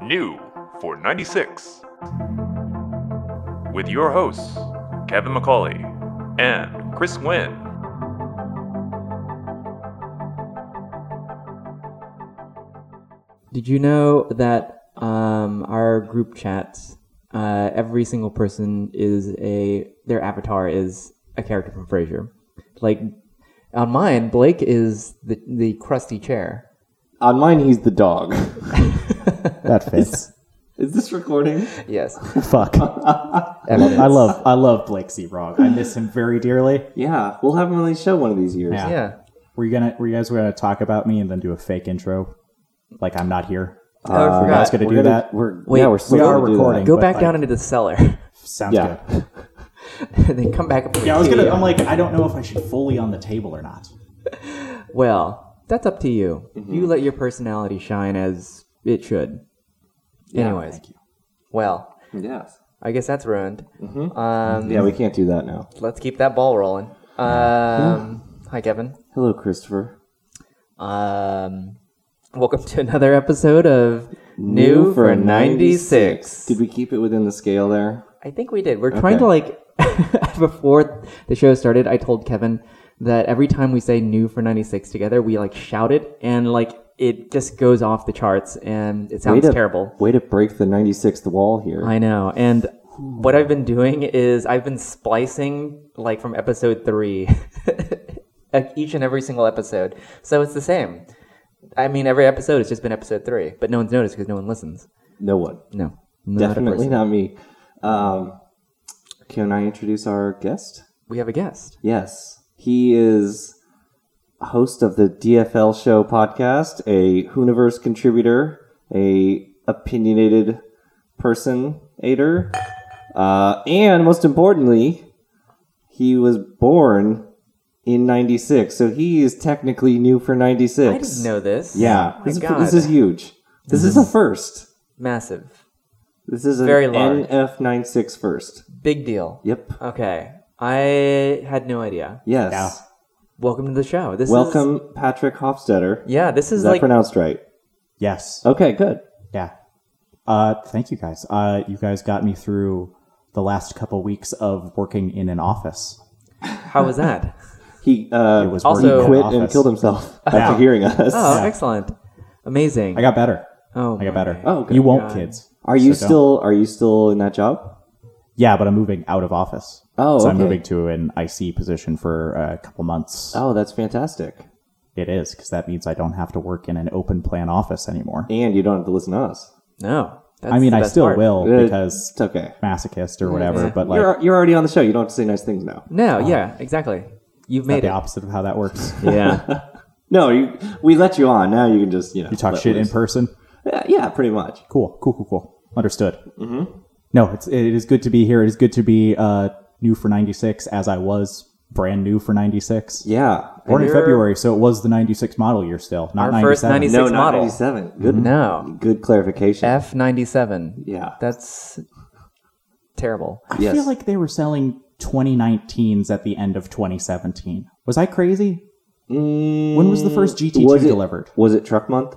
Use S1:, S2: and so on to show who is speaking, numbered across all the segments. S1: New for 96. With your hosts, Kevin McCauley and Chris Nguyen.
S2: Did you know that um, our group chats, uh, every single person is a their avatar is a character from Frasier. Like on mine, Blake is the the crusty chair.
S3: On mine, he's the dog. that fits. Is, this recording?
S2: Yes,
S4: Fuck.
S2: Evidence.
S4: I love I love Blake Seabrog. I miss him very dearly.
S3: Yeah, we'll have him on the show one of these years.
S4: Yeah.
S2: Yeah,
S4: Were you gonna were you guys gonna talk about me and then do a fake intro? Like I'm not here.
S2: Oh, I
S4: You guys
S2: forgot.
S3: Uh,
S4: gonna
S3: We're
S4: do
S3: gonna-
S4: that?
S3: We're,
S2: Wait,
S3: yeah, we're still
S4: we are
S3: gonna do that.
S4: recording.
S2: Go
S4: but,
S2: back
S4: like,
S2: down into the cellar,
S4: Sounds
S3: Yeah.
S4: good.
S2: and then come back up.
S4: Yeah, I was gonna I'm like, I don't know if I should fully on the table or not.
S2: Well, that's up to you. You let your personality shine as it should. Anyways,
S4: Thank you.
S2: well,
S3: Yes.
S2: I guess that's ruined. Um,
S3: Yeah, we can't do that now.
S2: Let's keep that ball rolling. Um, hi, Kevin.
S3: Hello, Christopher.
S2: Um, welcome to another episode of New, for 96.
S3: Did we keep it within the scale there?
S2: I think we did. We're trying to,
S3: Okay.
S2: like, before the show started, I told Kevin that every time we say New for 96 together, we, like, shout it, and, like, it just goes off the charts, and it sounds
S3: to,
S2: terrible.
S3: Way to break the 96th wall here.
S2: I know. And what I've been doing is I've been splicing like from episode three, like, each and every single episode. So it's the same. I mean, every episode has just been episode three, but no one's noticed because no one listens.
S3: no one.
S2: No, not a
S3: Definitely
S2: person.
S3: not me. Um, can I introduce our guest?
S2: We have a guest.
S3: Yes. He is host of the DFL Show podcast, a Hooniverse contributor, a opinionated person aider, uh, and most importantly, he was born in 96, so he is technically new for 96.
S2: I didn't know this.
S3: Yeah,
S2: Oh my
S3: this, is,
S2: God.
S3: this is huge. This is a first.
S2: massive,
S3: This is a
S2: Very large.
S3: NF96 first.
S2: big deal.
S3: Yep.
S2: Okay, I had no idea.
S3: Yes.
S4: Yeah.
S2: Welcome to the show. This
S3: Welcome, Patrick Hofstetter.
S2: Is, yeah, this
S3: Is
S2: is
S3: that
S2: like
S3: pronounced right?
S4: Yes.
S3: Okay, good.
S4: Yeah. Uh, thank you guys. Uh, you guys got me through the last couple weeks of working in an office.
S2: how was that?
S3: He
S4: It
S3: uh,
S4: was
S2: Also-
S4: working in an
S3: quit and
S4: office.
S3: killed himself after hearing us.
S2: Oh, excellent, amazing.
S4: I got better.
S2: oh,
S4: I got
S2: my
S4: better.
S3: Oh, good
S4: you won't,
S2: God.
S4: kids.
S3: are you
S4: So don't.
S3: still are you still in that job?
S4: Yeah, but I'm moving out of office.
S3: Oh,
S4: so I'm
S3: okay.
S4: moving to an IC position for uh, a couple months.
S3: Oh, that's fantastic.
S4: It is because that means I don't have to work in an open plan office anymore.
S3: And you don't have to listen to us.
S2: No, that's
S4: I mean,
S2: the
S4: I
S2: best
S4: still
S2: part.
S4: will
S3: Uh,
S4: because
S3: It's okay.
S4: masochist or whatever. But like
S3: you're you're already on the show. You don't have to say nice things now.
S2: No, yeah, exactly. You've
S4: that's
S2: made
S4: the
S2: it.
S4: opposite of how that works.
S2: Yeah.
S3: No, you, we let you on. Now you can just you know
S4: You talk
S3: let
S4: shit
S3: loose.
S4: in person.
S3: Yeah, yeah, pretty much.
S4: Cool, cool, cool, cool. Understood. Mm-hmm. No, it's it is good to be here. It is good to be uh, new for '96, as I was brand new for '96.
S3: Yeah.
S4: Born in
S2: You're-
S4: February, so it was the '96 model year still, not
S2: Our first 96
S3: No,
S4: '97.
S3: not
S2: model.
S3: 97. Good.
S4: Mm-hmm.
S2: No.
S3: Good clarification.
S2: F97.
S3: Yeah.
S2: That's terrible.
S4: I
S3: Yes.
S4: feel like they were selling 2019s at the end of 2017. Was I crazy? when was the first GT2
S3: Mm, was it,
S4: delivered?
S3: Was it truck month?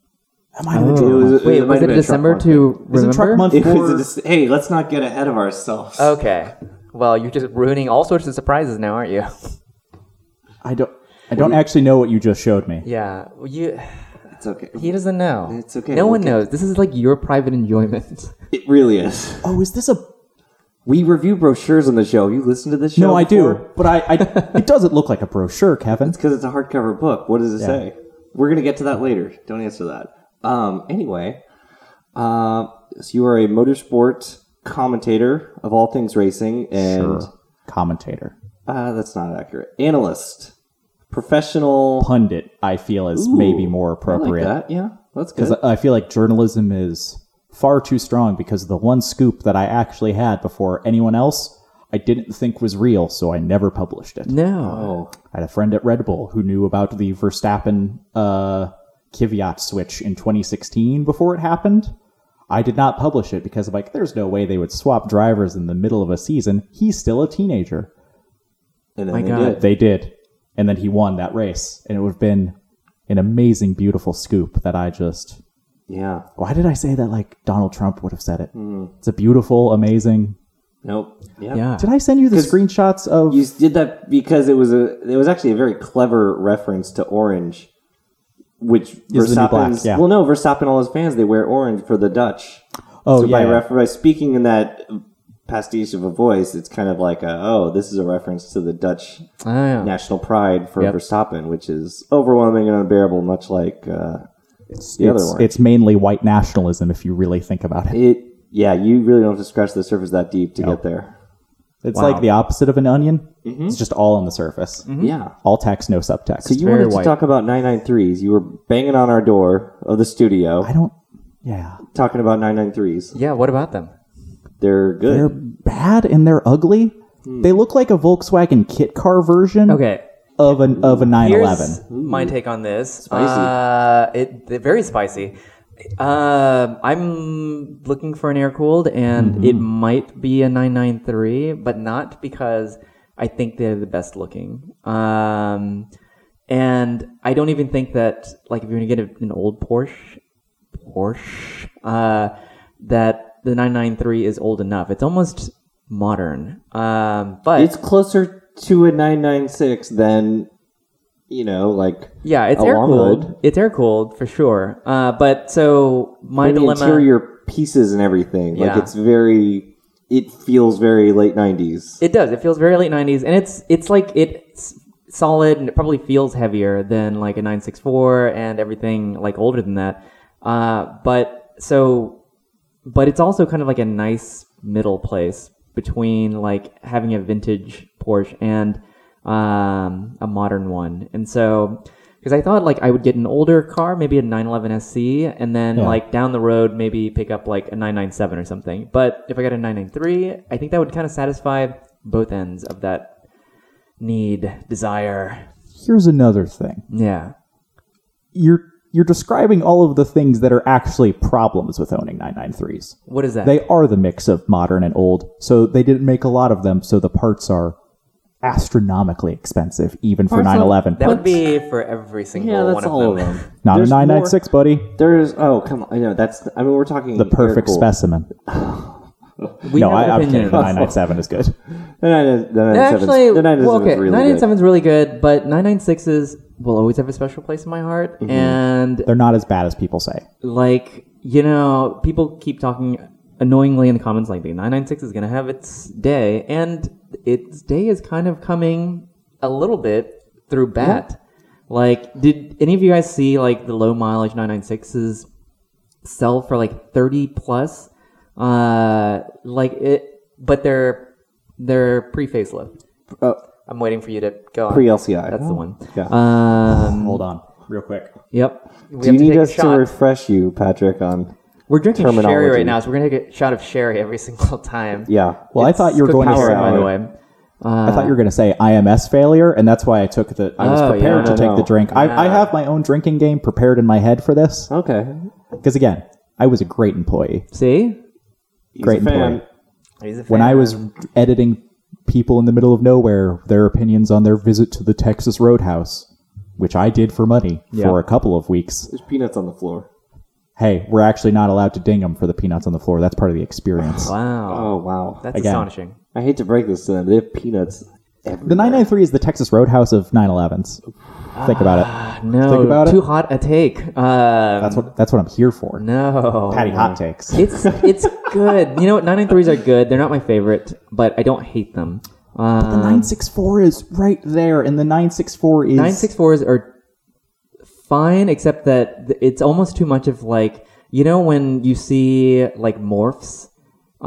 S4: Am I the
S3: It
S4: truth?
S3: was, it
S2: Hmm. Wait,
S3: might
S2: was
S3: have
S2: it
S3: been a truck
S2: December
S3: month.
S2: to
S4: Is
S2: remember?
S4: it truck month
S3: It was
S4: for?
S3: a dis- hey, let's not get ahead of ourselves.
S2: Okay. Well, you're just ruining all sorts of surprises now, aren't you?
S4: I don't. I don't actually know what you just showed me.
S2: Yeah. You.
S3: It's okay.
S2: He doesn't know.
S3: It's okay,
S2: No
S3: we'll
S2: one
S3: get-
S2: knows. This is like your private enjoyment.
S3: It really is.
S4: Oh, is this a?
S3: We review brochures on the show. You listen to this show?
S4: No, I do, but I. I it doesn't look like a brochure, Kevin.
S3: Because it's a hardcover book. What does it say? We're going to get to that later. Don't answer that. Um, anyway, uh, so you are a motorsport commentator of all things racing, and
S4: Commentator,
S3: uh, that's not accurate. Analyst, professional.
S4: pundit, I feel is maybe more appropriate.
S3: I like that. Yeah, that's
S4: Because
S3: good.
S4: I I feel like journalism is far too strong because of the one scoop that I actually had before anyone else I didn't think was real, so I never published it.
S2: No.
S3: oh,
S4: I had a friend at Red Bull who knew about the Verstappen uh, Kvyat switch in 2016 before it happened. I did not publish it because I'm like, there's no way they would swap drivers in the middle of a season. He's still a teenager.
S3: and then
S2: my
S3: they
S2: God.
S3: did.
S4: They did. And then he won that race. And it would have been an amazing, beautiful scoop that I just
S3: Yeah.
S4: Why did I say that like Donald Trump would have said it? It's a beautiful, amazing.
S3: Nope. Mm. Yeah.
S2: Yeah.
S4: Did I send you the
S3: 'Cause
S4: screenshots of?
S3: You did that because it was a it was actually a very clever reference to orange, which
S4: new black,
S3: Verstappen's-
S4: yeah.
S3: well no Verstappen and all his fans they wear orange for the Dutch.
S4: oh
S3: so
S4: yeah,
S3: by,
S4: yeah.
S3: ref- by speaking in that pastiche of a voice, it's kind of like a, oh this is a reference to the Dutch
S2: Ah, yeah.
S3: national pride for
S2: Yep.
S3: Verstappen, which is overwhelming and unbearable, much like uh, it's, the other
S4: it's,
S3: one.
S4: it's mainly white nationalism if you really think about it.
S3: it yeah you really don't have to scratch the surface that deep to get there.
S4: It's
S2: Wow.
S4: like the opposite of an onion. It's just all on the surface.
S3: Yeah.
S4: All text, no subtext.
S3: Mm-hmm. So you
S2: very
S3: wanted to
S2: white.
S3: talk about 993s. You were banging on our door of the studio
S4: I don't. Yeah,
S3: talking about 993s.
S2: Yeah, what about them?
S3: They're good.
S4: they're bad and they're ugly.
S3: Hmm.
S4: They look like a Volkswagen kit car version
S2: Okay.
S4: of an of a 911.
S2: Here's my take on this. Uh, it they're very spicy. Um, I'm looking for an air cooled, and it might be a 993, but not because I think they're the best looking. Um, and I don't even think that like if you're gonna get a- an old Porsche, Porsche, uh, that the 993 is old enough. It's almost modern. Um, but
S3: it's closer to a 996 than, you know, like
S2: Yeah, it's
S3: a
S2: air
S3: long
S2: cooled.
S3: hood.
S2: It's air cooled for sure. Uh, but so my
S3: And the
S2: dilemma.
S3: interior pieces and everything. Like
S2: Yeah.
S3: it's very, it feels very late 90s.
S2: It does. It feels very late '90s, and it's it's like it's solid, and it probably feels heavier than like a 964 and everything like older than that. Uh, but so, but it's also kind of like a nice middle place between like having a vintage Porsche and um, a modern one, and so. Because I thought like I would get an older car, maybe a 911 SC, and then
S4: Yeah.
S2: like down the road maybe pick up like a 997 or something. But if I got a 993, I think that would kind of satisfy both ends of that need, desire.
S4: Here's another thing.
S2: Yeah.
S4: You're you're describing all of the things that are actually problems with owning 993s.
S2: What is that?
S4: They are the mix of modern and old, so they didn't make a lot of them, so the parts are astronomically expensive, even for 911.
S2: that would be for every single
S3: Yeah,
S2: one
S3: that's
S2: of
S3: all of
S2: them.
S3: them.
S4: Not
S3: There's
S4: a
S3: more-
S4: 996, buddy.
S3: There's, oh, come on. I know. That's, I mean, we're talking
S4: The perfect
S3: air-cooled.
S4: specimen.
S2: We
S4: no,
S2: have
S4: I, I'm kidding.
S2: opinions.
S4: The 997 is good.
S3: The 997 the 997
S2: Actually,
S3: the 997
S2: well, okay,
S3: is really
S2: 997 is really good, but 996s will always have a special place in my heart.
S3: Mm-hmm.
S2: And
S4: They're not as bad as people say.
S2: like you know people keep talking annoyingly in the comments like the 996 is going to have its day and its day is kind of coming a little bit through bat like did any of you guys see like the low mileage 996s sell for like 30 plus uh like it but they're they're pre-facelift
S3: good. Oh,
S2: i'm waiting for you to go on.
S3: pre-LCI.
S2: that's the one
S3: Yeah.
S2: um
S4: Hold on, real quick.
S2: yep we
S3: Do you need
S2: take a
S3: us to
S2: shot.
S3: refresh you, Patrick, on
S2: We're drinking sherry
S3: terminology.
S2: right now, so we're gonna take a shot of sherry every single time.
S3: Yeah.
S4: Well, I thought you were
S2: Good
S4: going to
S2: power,
S4: say,
S2: by the
S3: hour.
S2: way.
S4: I thought you were going to say IMS failure, and that's why I took the. I was
S2: Oh,
S4: prepared
S2: yeah.
S4: to take
S3: No,
S4: the
S3: no.
S4: drink. I, I have my own drinking game prepared in my head for this
S3: Okay.
S4: because again, I was a great employee.
S2: See,
S3: He's
S4: Great
S3: a fan.
S4: employee.
S2: He's a fan.
S4: When I was editing people in the middle of nowhere, their opinions on their visit to the Texas Roadhouse, which I did for money for a couple of weeks.
S3: There's peanuts on the floor.
S4: Hey, we're actually not allowed to ding them for the peanuts on the floor. That's part of the experience.
S2: wow,
S3: Oh wow.
S2: that's
S4: Again.
S2: astonishing.
S3: I hate to break this to them. They have peanuts. Everywhere.
S4: The 993 is the Texas Roadhouse of 911s. Think about
S3: Ah,
S4: it.
S2: No,
S4: Think about it.
S2: too hot a take. Uh,
S4: That's what that's what I'm here for.
S2: no,
S4: Patty hot takes.
S2: It's it's good. You know what? 993s are good. They're not my favorite, but I don't hate them. Uh,
S3: um,
S4: The 964 is right there, and the 964 is.
S2: 964s are fine, except that th- it's almost too much of like you know when you see like morphs.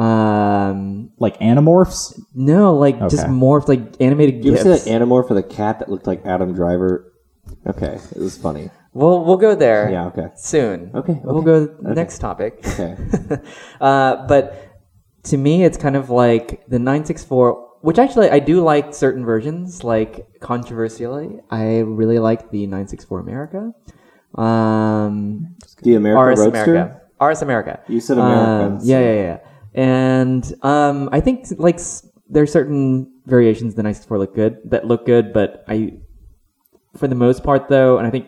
S2: Um,
S4: like Animorphs?
S2: No, like just
S4: Okay.
S2: morphed, like animated
S3: You ever
S2: gifs.
S3: see that animorph for the cat that looked like Adam Driver? Okay, it was funny.
S2: we'll we'll go there.
S3: Yeah. Okay.
S2: Soon.
S3: Okay,
S2: We'll
S3: okay,
S2: go to the next topic.
S3: Okay.
S2: uh, but to me, it's kind of like the nine six four. Which actually, I do like certain versions. Like controversially, I really like the nine six four America, um,
S3: The American
S2: RS
S3: Roadster.
S2: America, RS America.
S3: You said
S2: Um,
S3: American.
S2: yeah, yeah, yeah. And um, I think like s- there are certain variations the nice four look good that look good, but I, for the most part though, and I think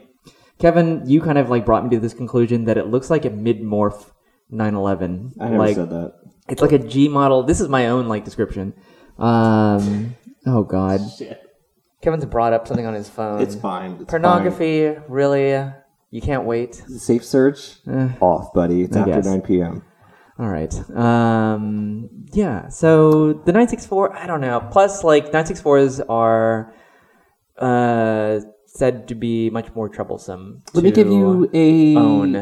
S2: Kevin, you kind of like brought me to this conclusion that it looks like a mid morph 911.
S3: I never
S2: like,
S3: said that.
S2: It's like a G model. This is my own like description. Um, oh God, Kevin's brought up something on his phone.
S3: It's fine. It's
S2: pornography. Really, you can't wait.
S3: fine. Safe search off, buddy. It's after
S2: guess.
S3: 9 p.m.
S2: All right. Um, yeah. So the 964, I don't know. Plus, like 964s are uh, said to be much more troublesome.
S3: Let me
S2: to
S3: give you a
S2: own.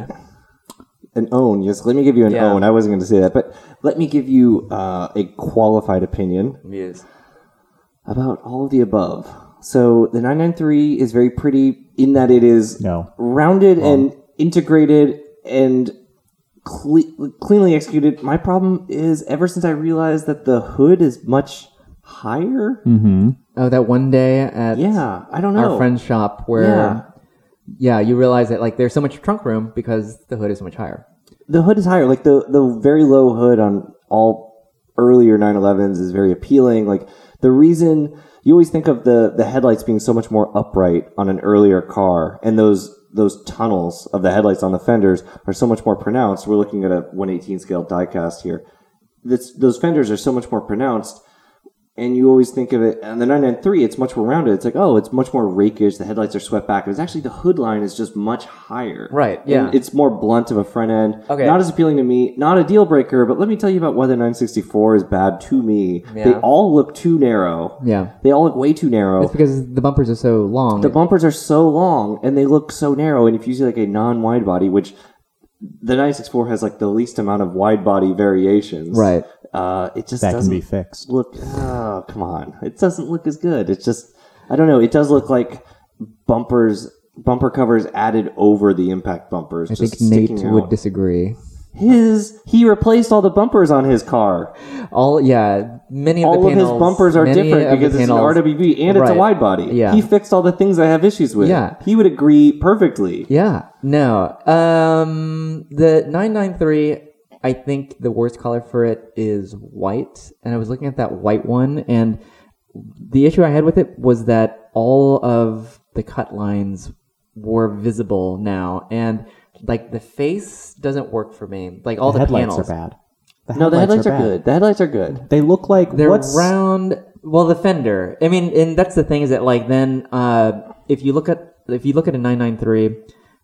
S3: an own. Yes, let me give you an
S2: Yeah.
S3: own. I wasn't going to say that, but let me give you uh, a qualified opinion
S2: Yes.
S3: about all of the above. So the 993 is very pretty in that it is
S4: No.
S3: rounded and integrated and cle- cleanly executed. My problem is ever since I realized that the hood is much higher.
S2: Oh, that one day at
S3: Yeah, I don't know.
S2: our friend's shop where, yeah. you realize that like there's so much trunk room because the hood is so much higher.
S3: the hood is higher. Like the the very low hood on all earlier 911s is very appealing. Like the reason you always think of the the headlights being so much more upright on an earlier car, and those those tunnels of the headlights on the fenders are so much more pronounced. We're looking at a 118 scale diecast here. This, those fenders are so much more pronounced and you always think of it and the 993 it's much more rounded it's like oh it's much more rakish the headlights are swept back it's actually the hood line is just much higher
S2: Right,
S3: And
S2: yeah.
S3: it's more blunt of a front end
S2: Okay.
S3: not as appealing to me not a deal breaker but let me tell you about why the 964 is bad to me they
S2: Yeah.
S3: all look too narrow
S2: Yeah.
S3: they all look way too narrow
S2: It's because the bumpers are so long.
S3: the bumpers are so long and they look so narrow. And if you see like a non-wide body, which the 964 has like the least amount of wide body variations,
S2: Right.
S3: Uh, it just
S4: That can
S3: doesn't
S4: be fixed.
S3: look. Oh, come on! It doesn't look as good. It's just I don't know. It does look like bumpers. Bumper covers added over the impact bumpers.
S2: I
S3: just
S2: think Nate
S3: sticking
S2: would
S3: out.
S2: disagree.
S3: His he replaced all the bumpers on his car.
S2: All yeah, many of
S3: all
S2: the
S3: of his
S2: panels,
S3: bumpers are
S2: many
S3: different
S2: of the
S3: because it's an
S2: panels-
S3: RWB and it's a
S2: Right.
S3: wide body.
S2: Yeah.
S3: He fixed all the things I have issues with.
S2: Yeah.
S3: He would agree perfectly.
S2: Yeah. No. Um the 993 I think the worst color for it is white and I was looking at that white one and the issue I had with it was that all of the cut lines were visible now and like the face doesn't work for me. Like all
S4: The
S2: the,
S4: headlights
S2: panels.
S4: are bad.
S3: No, the headlights are,
S4: bad.
S3: good. The headlights are good.
S4: They look like
S2: They're
S4: what's
S2: round. Well, the fender. I mean, and that's the thing is that like then uh, if you look at if you look at a nine nine three,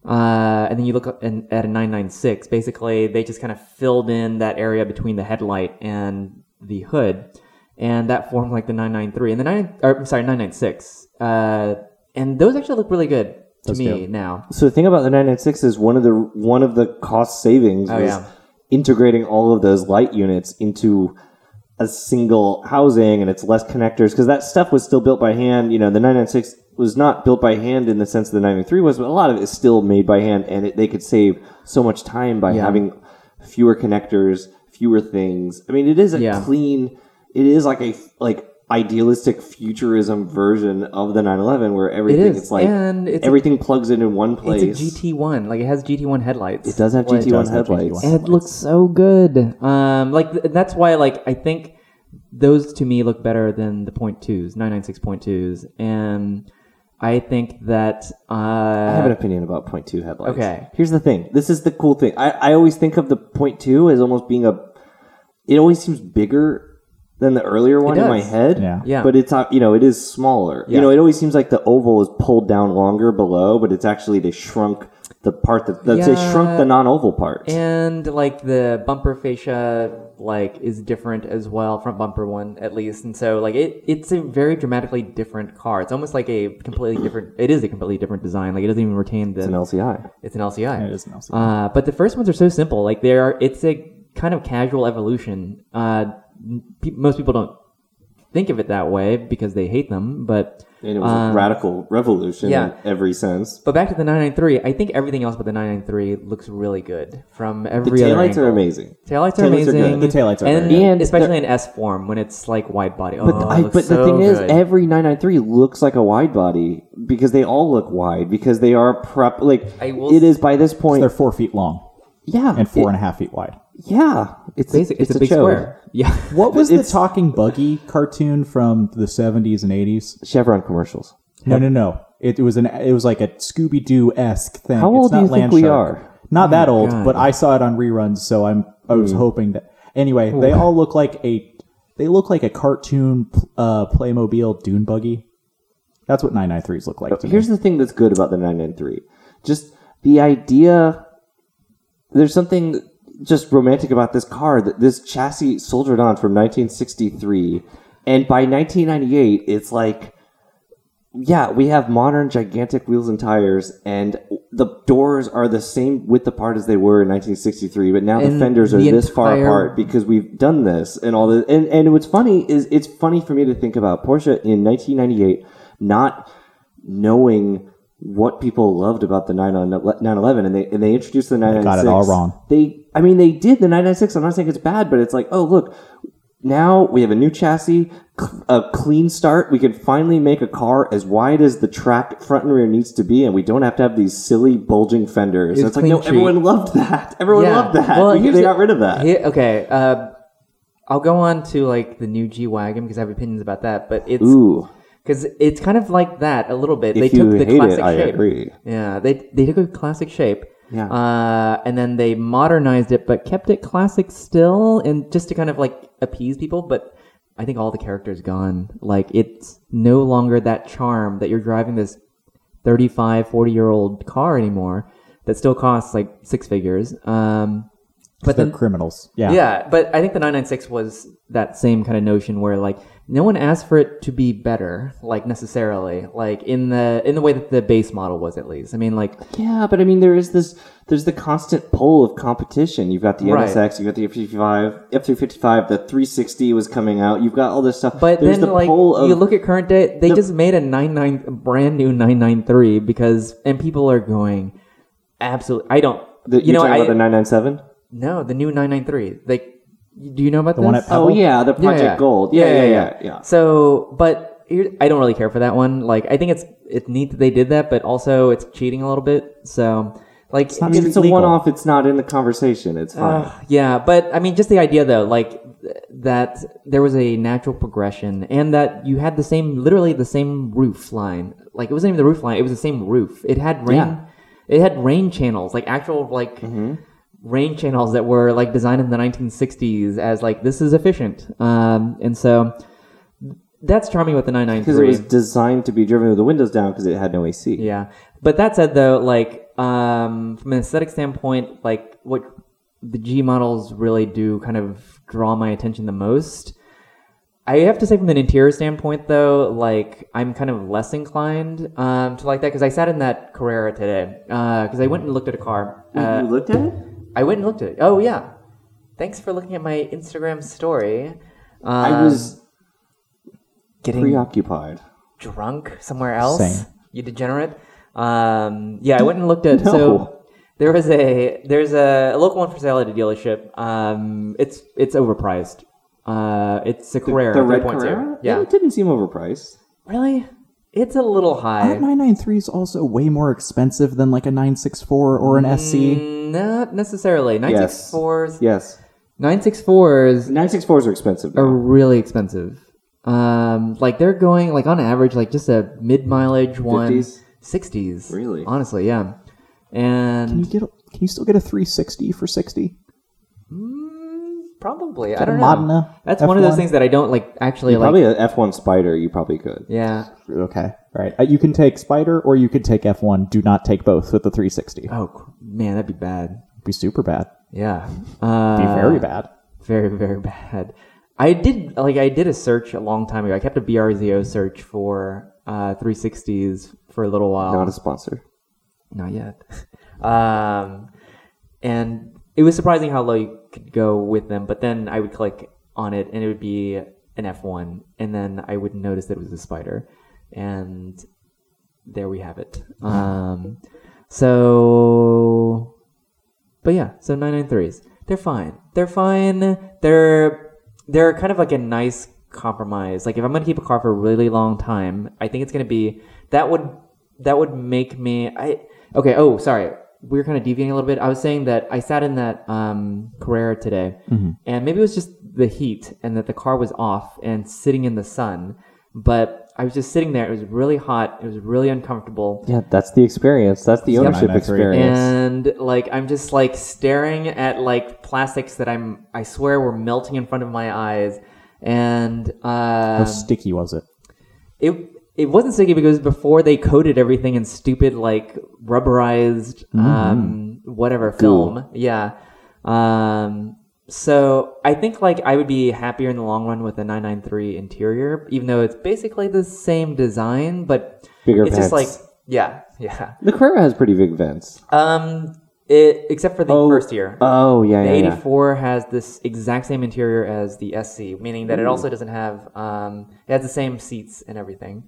S2: uh, and then you look at an- at a nine nine six, basically they just kind of filled in that area between the headlight and the hood, and that formed like the nine nine three and the nine. Or, I'm sorry, nine nine six. Uh, and those actually look really good to
S4: Those
S2: me
S4: do.
S2: now.
S3: So the thing about the 996 is one of the one of the cost savings
S2: Oh,
S3: was
S2: yeah.
S3: integrating all of those light units into a single housing and it's less connectors because that stuff was still built by hand. You know, the 996 was not built by hand in the sense the 993 was, but a lot of it is still made by hand and it, they could save so much time by having fewer connectors, fewer things. I mean, it is a
S2: Yeah.
S3: clean, it is like a like idealistic futurism version of the 911 where everything
S2: is,
S3: it's like
S2: and it's a-
S3: everything plugs in in one place.
S2: It's a GT one. Like it has GT one headlights.
S3: It does have
S2: Like-
S3: GT1
S4: does have
S3: headlights.
S4: GT1.
S2: And it looks so good. Um, like th- that's why like I think those to me look better than the point twos, nine nine six point twos, and I think that uh,
S3: I have an opinion about point two headlights.
S2: Okay.
S3: Here's the thing. This is the cool thing. I, I always think of the point two as almost being a. It always seems bigger than the earlier one in my
S2: does.
S3: head.
S4: Yeah.
S2: Yeah.
S3: But it's not- you know it is smaller. You
S2: Yeah.
S3: know it always seems like the oval is pulled down longer below, but it's actually they shrunk the part that that- they
S2: Yeah.
S3: shrunk the non-oval part.
S2: and like the bumper fascia like is different as well, front bumper one at least, and so like it it's a very dramatically different car. It's almost like a completely different. It is a completely different design. Like it doesn't even retain the.
S3: It's an LCI.
S2: it's an LCI.
S4: It is an LCD.
S2: Uh, but the first ones are so simple. Like they are, it's a kind of casual evolution. Uh, pe- most people don't think of it that way because they hate them. But
S3: And it was a radical revolution
S2: Um, yeah.
S3: in every sense.
S2: but back to the 993. I think everything else but the 993 looks really good from
S3: The
S2: every other
S3: taillights
S2: angle.
S3: are amazing.
S2: Taillights are
S3: taillights are good.
S2: amazing.
S4: The taillights are
S2: and,
S4: very
S3: good. And
S2: especially in S form when it's like wide body. Oh,
S3: But, I,
S2: it looks
S3: but the
S2: so
S3: thing is,
S2: good.
S3: every 993 looks like a wide body because they all look wide because they are prep. Like
S2: I will
S3: it is by this point,
S4: They're four feet long
S3: yeah,
S4: and four
S3: it-
S4: and a half feet wide.
S3: yeah, it's
S2: Basic- it's, a, big
S3: chode.
S2: square. Yeah.
S4: What was
S3: It's-
S4: the talking buggy cartoon from the 70s and 80s?
S3: Chevron commercials.
S4: No, no, no. It, it was an it was like a Scooby Doo esque thing.
S3: How
S4: It's
S3: old do
S4: not
S3: you think
S4: Landshark.
S3: we are? Oh
S4: Not that old,
S2: God.
S4: but I saw it on reruns, so I'm I was hoping that. Anyway, they all look like a they look like a cartoon uh, Playmobil Dune buggy. That's what 993s look like to me.
S3: Here's the thing that's good about the 993. Just the idea there's something just romantic about this car that this chassis soldiered on from 1963 and by 1998 it's like yeah, we have modern gigantic wheels and tires and the doors are the same width apart as they were in 1963, but now the
S2: And
S3: fenders are
S2: the
S3: this far
S2: entire-
S3: apart because we've done this and all this. And, and what's funny is it's funny for me to think about Porsche in 1998 not knowing what people loved about the 911 and they and they introduced the 996
S4: got it all wrong.
S3: they i mean they did the 996 i'm not saying it's bad but it's like oh look now we have a new chassis cl- a clean start we can finally make a car as wide as the track front and rear needs to be and we don't have to have these silly bulging fenders
S2: It's
S3: it's, like
S2: clean
S3: no
S2: sheet.
S3: everyone loved that everyone loved that
S2: Well,
S3: We-
S2: here's
S3: they
S2: the-
S3: got rid of that
S2: Here- okay, uh, I'll go on to like the new G wagon because I have opinions about that. But it's
S3: ooh
S2: because it's kind of like that a little bit.
S3: If
S2: they
S3: you
S2: took the
S3: hate
S2: classic
S3: it, I
S2: shape.
S3: agree.
S2: Yeah, they they took a classic shape.
S3: Yeah.
S2: Uh, and then they modernized it, but kept it classic still, and just to kind of like appease people. But I think all the characters gone. Like it's no longer that charm that you're driving this 35, 40 year old car anymore. That still costs like six figures. Um, but
S4: They're
S2: then
S4: criminals. Yeah.
S2: yeah, but I think the 996 was that same kind of notion where like no one asked for it to be better, like necessarily, like in the in the way that the base model was at least. I mean, like
S3: Yeah, but I mean, there is this. There's the constant pull of competition. You've got the
S2: Right.
S3: NSX, you've got the F55, F355, the 360 was coming out. You've got all this stuff.
S2: but
S3: there's
S2: then
S3: the
S2: like
S3: pull of
S2: you look at current day, they
S3: No.
S2: just made a 99 a brand new 993 because and people are going absolutely I don't
S3: the,
S2: you know
S3: talking
S2: I
S3: about the 997.
S2: no, the new 993. Like do you know about the this?
S4: one at
S3: Oh yeah, the Project Gold. Yeah, yeah, yeah, yeah.
S2: So, but here, I don't really care for that one. Like, I think it's it's neat that they did that, but also it's cheating a little bit. So, like,
S4: not
S3: If
S4: It's
S3: it's a
S4: legal.
S3: one-off, it's not in the conversation. It's fine.
S2: uh, yeah, but I mean, just the idea though, like th- that there was a natural progression, and that you had the same, literally the same roof line. Like, it wasn't even the roof line; it was the same roof. It had rain.
S3: Yeah.
S2: It had rain channels, like actual like.
S3: Mm-hmm.
S2: Rain channels that were like designed in the 1960s as like this is efficient, um, and so that's charming with the 993
S3: Because it was designed to be driven with the windows down because it had no AC.
S2: yeah. But that said, though, like um, from an aesthetic standpoint, like what the G models really do kind of draw my attention the most. I have to say, from an interior standpoint, though, like I'm kind of less inclined um, to like that because I sat in that Carrera today because I went and looked at a car. Uh,
S3: you looked at it?
S2: I went and looked at it. Oh yeah, thanks for looking at my Instagram story. Um,
S3: I was
S2: getting
S3: preoccupied.
S2: drunk somewhere else.
S4: Same.
S2: You degenerate. Um, yeah, I went and looked at
S3: No.
S2: so there was a there's a, a local one for sale at a dealership. Um, it's it's overpriced. Uh, it's a Carrera.
S3: the red
S2: 3.0.
S3: Carrera?
S2: Yeah.
S3: It didn't seem overpriced.
S2: Really? It's a little high.
S4: That 993 is also way more expensive than like a 964 or an
S3: Mm.
S4: SC.
S2: Not necessarily. Nine six
S3: Yes.
S2: fours.
S3: Yes.
S2: Nine six fours
S3: 964s are expensive. now.
S2: are really expensive. Um, like they're going like on average like just a mid mileage one
S3: 50s?
S2: 60s.
S3: Really?
S2: Honestly, yeah. And
S4: Can you get? a- Can you still get a 360 for 60?
S2: Probably. I
S4: that a
S2: don't
S4: Modena
S2: know. That's one of
S4: F1?
S2: those things that I don't like actually like.
S3: Probably an F1 Spider, you probably could.
S2: yeah.
S4: Okay. All right. Uh, You can take Spider or you could take F1. Do not take both with the 360.
S2: Oh cr- man, that'd be bad.
S4: be super bad.
S2: Yeah. Uh,
S4: Be very bad.
S2: Very very bad. I did like I did a search a long time ago. I kept a BRZO search for uh, 360s for a little while.
S3: Not a sponsor.
S2: Not yet. um, and it was surprising how low you could go with them. But then I would click on it, and it would be an F1, and then I would notice that it was a spider, and there we have it. Um, so, but yeah, so 993s. They're fine. They're fine. They're they're kind of like a nice compromise. Like if I'm gonna keep a car for a really long time, I think it's gonna be that would that would make me I okay. Oh, sorry. We were kind of deviating a little bit. I was saying that I sat in that um, Carrera today, and maybe it was just the heat and that the car was off and sitting in the sun. But I was just sitting there. It was really hot. It was really uncomfortable.
S3: Yeah, that's the experience. That's the ownership
S4: IMAX rating.
S3: experience.
S2: And like I'm just like staring at like plastics that I'm I swear were melting in front of my eyes, and
S4: How
S2: uh,
S4: sticky was it?
S2: it it wasn't sticky because before they coated everything in stupid like rubberized
S3: Mm-hmm.
S2: um, whatever film. Yeah. Um, so I think like I would be happier in the long run with a 993 interior, even though it's basically the same design, but
S3: Bigger
S2: it's just like
S3: vents.
S2: yeah, yeah.
S3: the Carrera has pretty big vents.
S2: Um, it except for the
S3: Oh,
S2: first year.
S3: Oh yeah,
S2: the
S3: yeah, yeah.
S2: 84 has this exact same interior as the SC, meaning that it also doesn't have, um, it has the same seats and everything.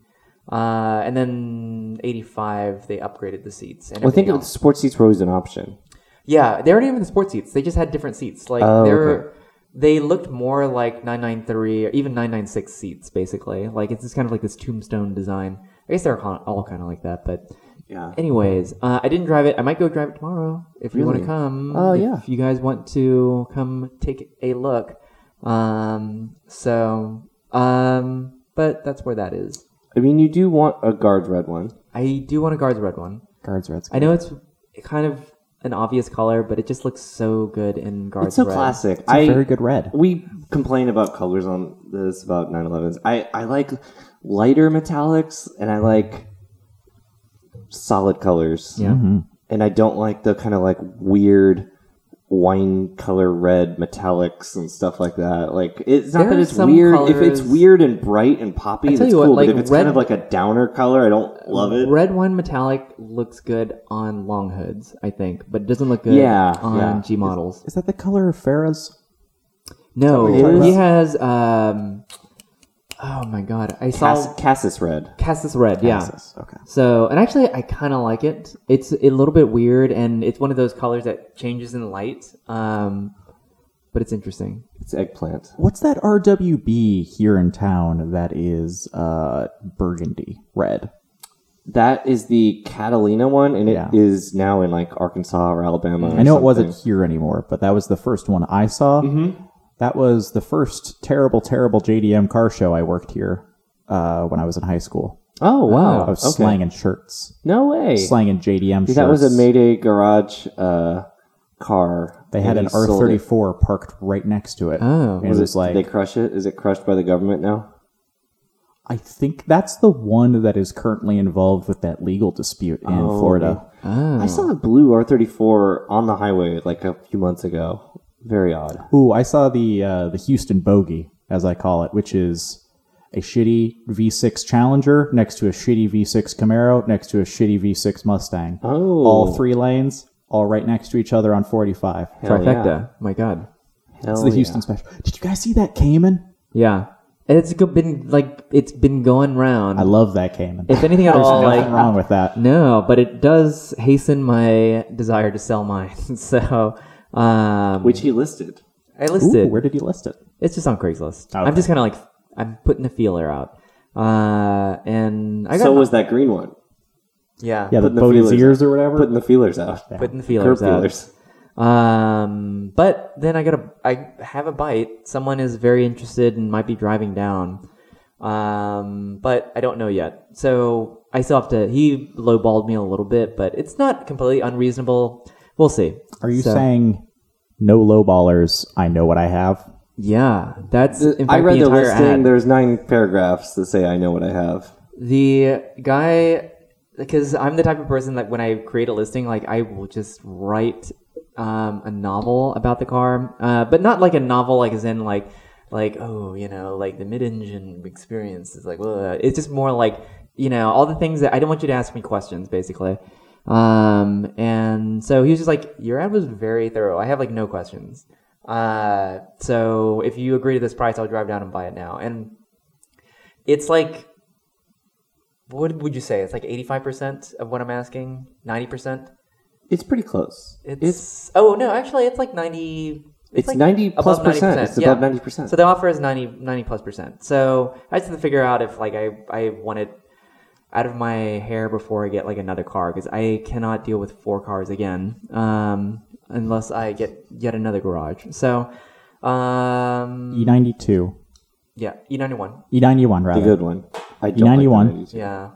S2: Uh, and then 85, they upgraded the seats. And
S3: Well, I
S2: everything
S3: think it-
S2: else.
S3: sports seats were always an option.
S2: Yeah, they weren't even the sports seats. They just had different seats. Like
S3: Oh,
S2: they were,
S3: okay.
S2: they looked more like 993 or even 996 seats, basically. Like it's just kind of like this tombstone design. I guess they're con- all kind of like that, but.
S3: Yeah.
S2: Anyways, uh, I didn't drive it. I might go drive it tomorrow if you want to
S3: Really?
S2: come.
S3: Oh,
S2: if
S3: yeah.
S2: you guys want to come take a look. Um, so, um, but that's where that is.
S3: I mean, you do want a guards red one.
S2: I do want a guards red one.
S4: Guards Reds.
S2: I know it's kind of an obvious color, but it just looks so good in guards
S3: It's so
S2: red.
S3: classic.
S4: It's a
S3: I
S4: very good red.
S3: we complain about colors on this about 911s. I I like lighter metallics and I like solid colors.
S2: Yeah.
S3: And I don't like the kind of like weird wine color red metallics and stuff like that. Like it's not
S2: There
S3: that
S2: are
S3: it's
S2: some
S3: weird. If it's
S2: colors-
S3: weird and bright and poppy,
S2: tell
S3: that's
S2: you what,
S3: cool.
S2: like,
S3: but if it's
S2: red-
S3: kind of like a downer color, I don't love it.
S2: Red wine metallic looks good on long hoods, I think, but it doesn't look good
S3: Yeah,
S2: on
S3: yeah.
S2: G models.
S4: Is that the color of Farrah's?
S2: No,
S3: you're talking
S2: he
S3: about?
S2: has. Um, oh my god, I saw
S3: Cass- Cassis red.
S2: Cassis Red. Yeah.
S4: Yes. Okay.
S2: So, and actually, I kind of like it. It's a little bit weird, and it's one of those colors that changes in light. Um, but it's interesting.
S3: It's eggplant.
S4: What's that RWB here in town that is uh, burgundy red?
S3: That is the Catalina one, and it is
S4: Yeah.
S3: now in like Arkansas or Alabama. or
S4: I know it
S3: something.
S4: wasn't here anymore, but that was the first one I saw. That was the first terrible, terrible JDM car show I worked here uh, when I was in high school.
S3: Oh wow!
S4: I was
S3: Okay.
S4: slanging shirts,
S3: No way.
S4: slanging JDM shirts.
S3: That was a Mayday garage uh, car.
S4: They had
S3: and
S4: an
S3: he sold it.
S4: R34 parked right next to it.
S2: Oh.
S4: and it was like
S3: Did they crush it? Is it crushed by the government now?
S4: I think that's the one that is currently involved with that legal dispute in
S3: Oh,
S4: Florida.
S2: Oh,
S4: Hmm.
S3: I saw a blue R34 on the highway like a few months ago. Very odd.
S4: Ooh, I saw the uh, the Houston bogey, as I call it, which is a shitty V6 Challenger next to a shitty V6 Camaro next to a shitty V6 Mustang.
S3: Oh.
S4: all three lanes, all right next to each other on 45.
S3: Hell
S2: trifecta.
S3: yeah.
S2: My god.
S3: Hell
S4: It's the Houston special. Did you guys see that Cayman?
S2: Yeah, and it's go- been like it's been going round.
S4: I love that Cayman.
S2: if anything at
S4: There's
S2: all,
S4: nothing
S2: like
S4: wrong with that.
S2: no, but it does hasten my desire to sell mine. so, um,
S3: Which he listed.
S2: I
S4: Ooh,
S2: listed.
S4: where did he list it?
S2: It's just on Craigslist.
S4: Okay.
S2: I'm just kind of like I'm putting a feeler out, uh, and I got
S3: So was that green one.
S2: yeah,
S4: Yeah, the
S3: Putting the
S4: boat his
S3: feelers
S4: ears or whatever.
S3: Putting the feelers out.
S2: putting the
S3: Curb
S2: feelers out.
S3: feelers.
S2: Um, but then I got a I have a bite. Someone is very interested and might be driving down. Um, but I don't know yet. So I still have to. He lowballed me a little bit, but it's not completely unreasonable. We'll see.
S4: Are you
S2: So-
S4: saying no low ballers? I know what I have.
S2: Yeah, that's. in fact,
S3: I read
S2: the
S3: the,
S2: entire
S3: listing.
S2: ad.
S3: There's nine paragraphs that say I know what I have.
S2: the guy because i'm the type of person that when i create a listing like i will just write um, a novel about the car uh, but not like a novel like as in like like oh you know like the mid-engine experience is like blah. it's just more like you know all the things that i don't want you to ask me questions basically um, and so he was just like your ad was very thorough i have like no questions uh, so if you agree to this price i'll drive down and buy it now and it's like what would you say? It's like 85% of what I'm asking? 90%?
S3: It's pretty close.
S2: It's, Oh, no, actually, it's like 90.
S3: It's
S2: like
S3: 90 plus
S2: above
S3: percent. It's above 90%.
S2: So the offer is 90, 90 plus percent. So I just have to figure out if like I, I want it out of my hair before I get like another car because I cannot deal with four cars again um, unless I get yet another garage. So, um,
S4: E92. E
S2: yeah, E E91.
S4: E91,
S3: The
S4: E rather.
S3: good one. I don't like the
S4: 91.
S3: 92.
S2: Yeah.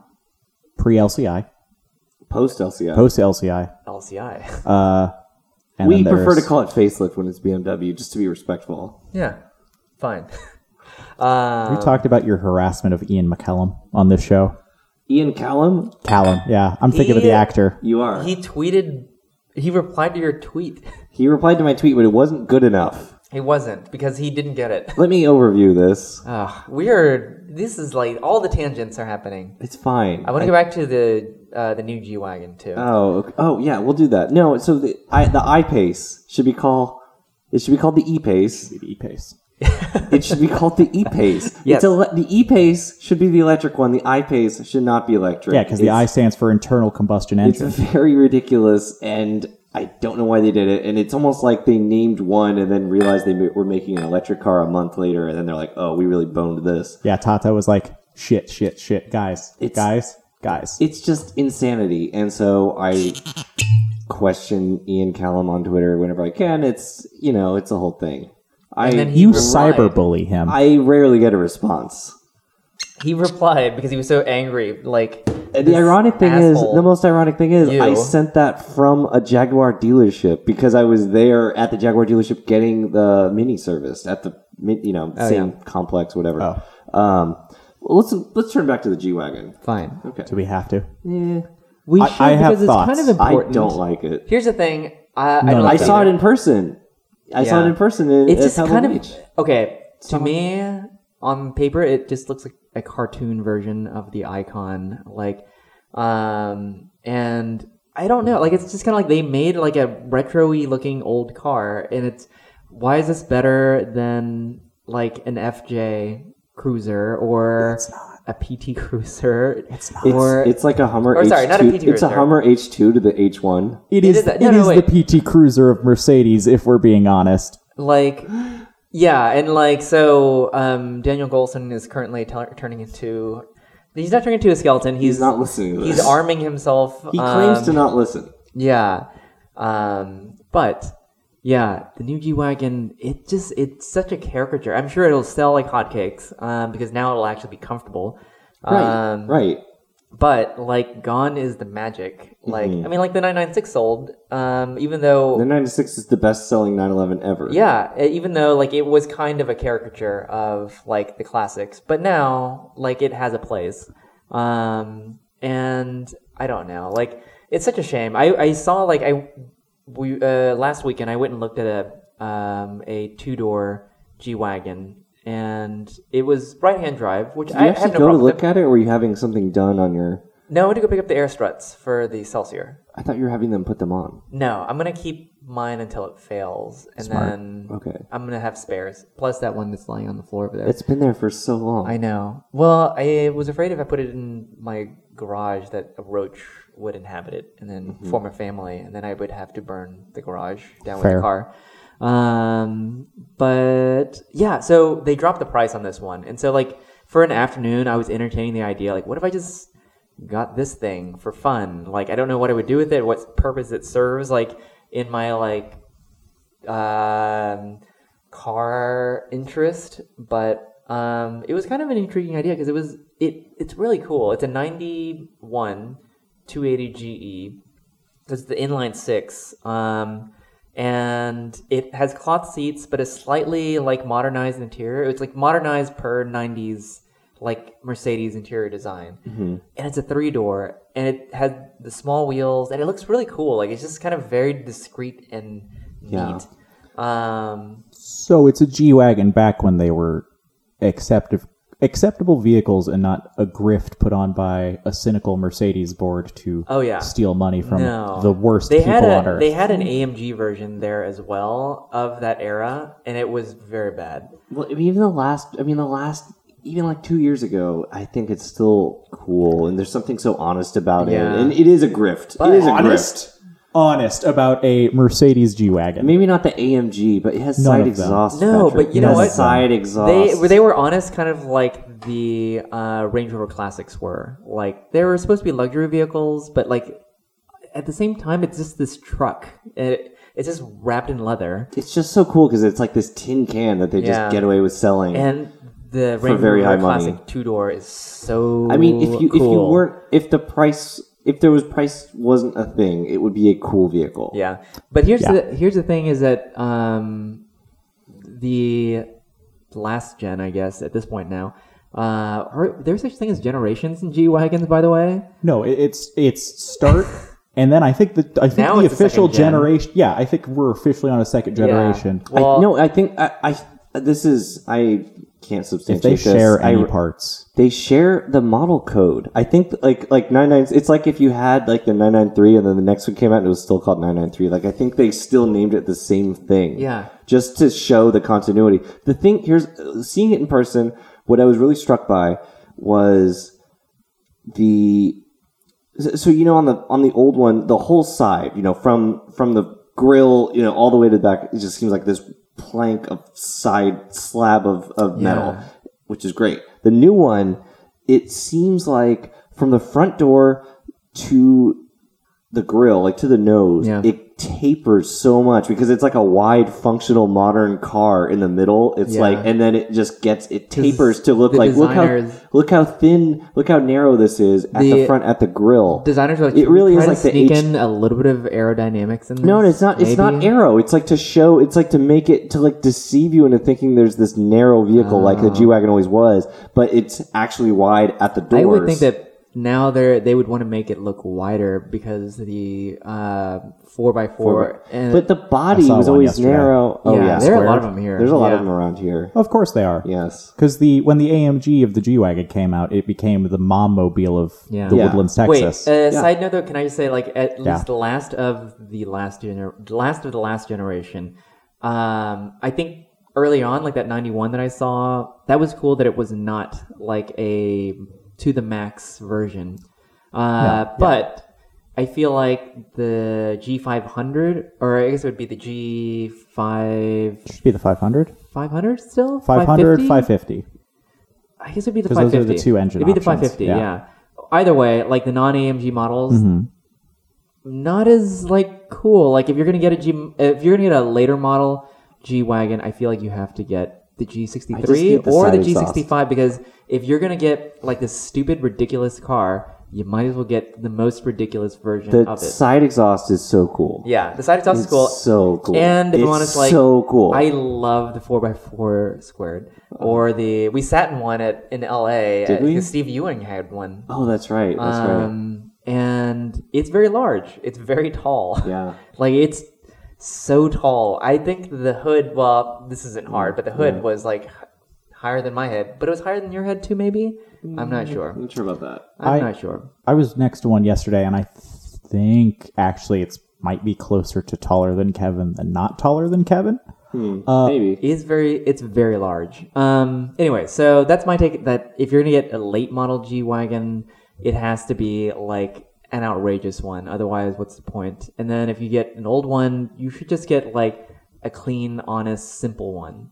S4: pre LCI,
S3: Post LCI.
S4: post LCI.
S2: LCI.
S4: Uh, and
S3: we
S4: then there's-
S3: prefer to call it facelift when it's BMW, just to be respectful.
S2: yeah. Fine. Uh,
S4: We talked about your harassment of Ian McCallum on this show.
S3: Ian Callum,
S4: Callum, yeah, I'm thinking of the
S2: Ian-
S4: actor.
S3: you are.
S2: he
S3: He,
S2: tweeted. He replied to your tweet.
S3: replied to my tweet, but it wasn't good enough.
S2: He wasn't because he didn't get it.
S3: Let me overview this.
S2: Ugh, we are. This is like all the tangents are happening.
S3: It's fine.
S2: I want to go back to the uh, the new G wagon too.
S3: Oh, ok- oh yeah, we'll do that. No, so the I, the I pace should be called. It should be called the E pace.
S4: E-Pace.
S3: It should be called the E pace.
S2: Yes.
S3: It's ele- the E pace should be the electric one. The I pace should not be electric.
S4: Yeah, because the
S3: It's-
S4: I stands for internal combustion
S3: It's
S4: engine.
S3: very ridiculous, and I don't know why they did it. And it's almost like they named one and then realized they ma- were making an electric car a month later, and then they're like, "Oh, we really boned this."
S4: Yeah, Tata was like, shit, shit, shit, guys,
S3: It's-
S4: guys, guys.
S3: It's just insanity, and so I question Ian Callum on Twitter whenever I can. It's you know, it's a whole thing. I
S2: And then he
S4: you
S2: replied.
S4: cyberbully him.
S3: I rarely get a response.
S2: He replied because he was so angry. Like
S3: And the ironic thing is, the most ironic thing is, I
S2: You.
S3: sent that from a Jaguar dealership because I was there at the Jaguar dealership getting the mini serviced at the mi- you know
S2: Oh,
S3: same complex, whatever. Um, well, let's let's turn back to the G wagon.
S2: fine.
S3: Okay,
S4: Do we have to?
S2: We
S4: I-
S2: should
S4: I have
S2: because it's kind
S4: thoughts.
S2: of
S3: I
S2: important.
S3: don't like it.
S2: Here's the thing. I, I,
S4: No,
S2: don't
S4: no,
S3: I
S2: like
S4: no.
S3: saw it
S2: either.
S3: in person. I saw
S2: Yeah.
S3: it in person. In,
S2: It's
S3: at
S2: just
S3: Pebble
S2: kind of
S3: Beach.
S2: okay to me on paper. It just looks like a cartoon version of the icon, like, um, and I don't know. Like, it's just kind of like they made like a retro-y looking old car, and it's why is this better than like an FJ Cruiser or a PT Cruiser? It's not.
S3: It's,
S2: Or
S3: it's like a Hummer
S2: or
S3: H2.
S2: sorry, not a PT
S3: it's
S2: Cruiser.
S3: a Hummer H2 to the H1.
S4: It
S2: is
S4: is,
S2: that-
S4: it
S2: no, no,
S4: is the PT Cruiser of Mercedes, if we're being honest.
S2: like yeah and like so um daniel golson is currently t- turning into he's not turning into a skeleton he's,
S3: He's not listening to this.
S2: he's arming himself
S3: He claims
S2: um,
S3: to not listen.
S2: yeah um but yeah the new g-wagon it just it's such a caricature i'm sure it'll sell like hotcakes um because now it'll actually be comfortable
S3: Right.
S2: um
S3: right.
S2: but like gone is the magic like
S3: Mm-hmm.
S2: i mean like the 996 sold um even though
S3: The 96 is the best selling 911 ever.
S2: yeah, e- even though like it was kind of a caricature of like the classics, but now like it has a place. Um and I don't know. Like it's such a shame. I I saw like I we uh last weekend I went and looked at a um a two-door G-Wagon and it was right-hand drive, which
S3: Did
S2: I
S3: you
S2: had
S3: actually
S2: no
S3: go to
S2: problem with.
S3: look at it, or were you having something done on your?
S2: No, I went to go pick up the air struts for the Celsior.
S3: I thought you were having them put them on.
S2: No, I'm going to keep mine until it fails and then
S3: Okay,
S2: I'm gonna have spares. Plus that one that's lying on the floor over there.
S3: it's been there for so long.
S2: I know. Well, I was afraid if I put it in my garage that a roach would inhabit it and then form a family, and then I would have to burn the garage down with
S4: Fair.
S2: the car. Um, but yeah, so they dropped the price on this one, and so like for an afternoon, I was entertaining the idea like, what if I just got this thing for fun? Like, I don't know what I would do with it, what purpose it serves. Like in my like um, car interest, but um, it was kind of an intriguing idea because it was it it's really cool. It's a ninety one two eighty GE. It's the inline six, um, and it has cloth seats, but a slightly like modernized interior. It's like modernized per nineties like Mercedes interior design,
S4: Mm-hmm.
S2: and it's a three door, and it had the small wheels, and it looks really cool. Like it's just kind of very discreet and neat.
S3: Yeah.
S2: Um,
S4: So it's a G wagon back when they were acceptive, acceptable vehicles and not a grift put on by a cynical Mercedes board to
S2: Oh, yeah.
S4: steal money from
S2: no,
S4: the worst
S2: They
S4: people
S2: had a,
S4: on earth.
S2: they had an AMG version there as well of that era, and it was very bad.
S3: Well, I mean, even the last. I mean, the last. Even like two years ago, I think it's still cool, and there's something so honest about
S2: Yeah.
S3: it. And it is a grift. it is a grift.
S4: honest about a Mercedes G wagon.
S3: Maybe not the AMG, but it has
S4: None
S3: side
S4: of them.
S3: exhaust.
S2: No,
S3: Patrick.
S2: but you
S3: It
S2: know
S3: has
S2: what?
S3: Side exhaust.
S2: They they were honest, kind of like the uh, Range Rover Classics were. Like they were supposed to be luxury vehicles, but like at the same time, it's just this truck. It, it's just wrapped in leather,
S3: It's just so cool because it's like this tin can that they
S2: Yeah.
S3: just get away with selling.
S2: and the Range
S3: very
S2: Rover
S3: high money.
S2: Classic two door is so.
S3: I mean, if you if you
S2: cool.
S3: weren't if the price if there was price wasn't a thing, it would be a cool vehicle.
S2: Yeah, but here's
S4: Yeah.
S2: the here's the thing is that um, the last gen, I guess, at this point now, uh, are there's such thing as generations in G wagons, by the way.
S4: No, it, it's it's start, and then I think the I think
S2: Now
S4: the
S2: it's a second
S4: official
S2: gen.
S4: generation. Yeah, I think we're officially on a second generation.
S2: Yeah. Well,
S3: I, no, I think I, I this is I can't
S4: If they
S3: substantiate this.
S4: share any
S3: I-
S4: parts,
S3: They share the model code. I think like like nine nine. It's like if you had like the nine nine three, and then the next one came out, and it was still called nine nine three. Like I think they still named it the same thing.
S2: Yeah.
S3: just to show the continuity. The thing here's seeing it in person. What I was really struck by was the so you know on the on the old one the whole side you know from from the grill you know all the way to the back it just seems like this plank of side slab of, of metal which is great the new one it seems like from the front door to the grill like to the nose
S2: Yeah.
S3: it tapers so much because it's like a wide functional modern car in the middle it's
S2: Yeah.
S3: like and then it just gets it tapers to look
S2: the
S3: like look
S2: designers-
S3: how look how thin look how narrow this is at the,
S2: The-
S3: front at the grill
S2: Designers are like,
S3: It really
S2: try
S3: is
S2: to
S3: like the
S2: sneak
S3: H-
S2: in a little bit of aerodynamics in this.
S3: no and it's not it's not
S2: maybe?
S3: arrow it's like to show it's like to make it to like deceive you into thinking there's this narrow vehicle like
S2: Ah.
S3: the g-wagon always was but it's actually wide at the doors
S2: I would think that now they they would want to make it look wider because the uh, 4x4 and
S3: but the body
S4: saw
S3: was
S4: one
S3: always
S4: yesterday.
S3: narrow oh
S2: yeah,
S3: yeah,
S2: there are a lot of
S3: squared.
S2: them here.
S3: there's a lot
S2: yeah.
S3: of them around here
S4: of course they are.
S3: yes
S4: Because the when the AMG of the G wagon came out, it became the mom mobile of
S2: Yeah.
S4: the
S2: Yeah.
S4: Woodlands,
S2: Wait,
S4: Texas.
S2: uh, side note though, can I just say like at least the last of the last gener- the last of the last generation. Um, I think early on, like that '91 that I saw, that was cool that it was not like a to the max version. Uh, but I feel like the G500, or I guess it would be the G5
S4: Should be the 500,
S2: 500 still
S4: 500,
S2: 550?
S4: 550.
S2: I guess it'd be the
S4: 'Cause those
S2: 550.
S4: are the two engine
S2: It'd be the
S4: options,
S2: 550.
S4: yeah.
S2: Yeah. Either way, like the non AMG models,
S3: Mm-hmm.
S2: not as like cool. Like if you're gonna get a G, if you're gonna get a later model G wagon, I feel like you have to get the
S3: I just need
S2: G63
S3: the
S2: or the
S3: side exhaust.
S2: G65 because if you're gonna get like this stupid ridiculous car, you might as well get the most ridiculous version
S3: the
S2: of it.
S3: side exhaust is so cool
S2: yeah, the side exhaust is
S3: it's
S2: cool.
S3: so cool
S2: And if
S3: it's
S2: I'm honest, like
S3: so cool Oh.
S2: I love the four x four squared, or the we sat in one at in L.A.
S3: Did
S2: at-
S3: we?
S2: because Steve Ewing had one,
S3: oh that's right that's right
S2: um, and it's very large. It's very tall.
S3: Yeah.
S2: like it's so tall. I think the hood. Well, this isn't hard, but the hood was like h- higher than my head, but it was higher than your head too. Maybe I'm not sure.
S3: i'm not sure about that
S2: I'm
S4: I-
S2: not sure.
S4: I was next to one yesterday, and I think actually it's might be closer to taller than Kevin than not taller than Kevin.
S3: Hmm. maybe
S2: is very it's very large. Um anyway, so that's my take that if you're going to get a late model G wagon, it has to be like an outrageous one. Otherwise, what's the point? And then if you get an old one, you should just get like a clean, honest, simple one.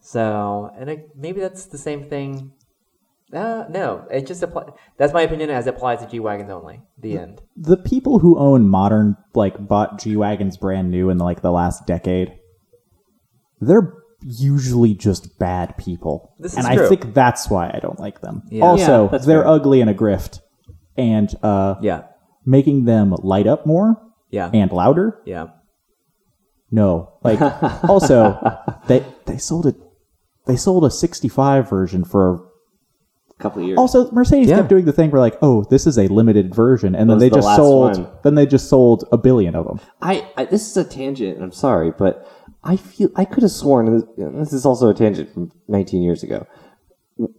S2: So, and I, maybe that's the same thing. Uh, no, it just apply. That's my opinion as it applies to G wagons only.
S3: Mm.
S2: The end.
S4: the people who own modern like bought G wagons brand new in like the last decade, they're usually just bad people,
S2: This
S4: and
S2: is
S4: I
S2: true.
S4: think that's why I don't like them.
S2: Yeah.
S4: Also,
S3: Yeah, that's
S4: they're
S3: fair.
S4: ugly and a grift, and uh,
S2: Yeah,
S4: making them light up more
S2: yeah,
S4: and louder.
S2: yeah.
S4: No, like also they they sold a they sold a sixty five version for
S3: couple of years.
S4: Also, Mercedes
S2: Yeah.
S4: kept doing the thing where like, oh, this is a limited version, and then
S3: was
S4: they
S3: the
S4: just
S3: last
S4: sold.
S3: one.
S4: Then they just sold a billion of them.
S3: I, I this is a tangent. and I'm sorry, but I feel I could have sworn and this, and this is also a tangent from 19 years ago.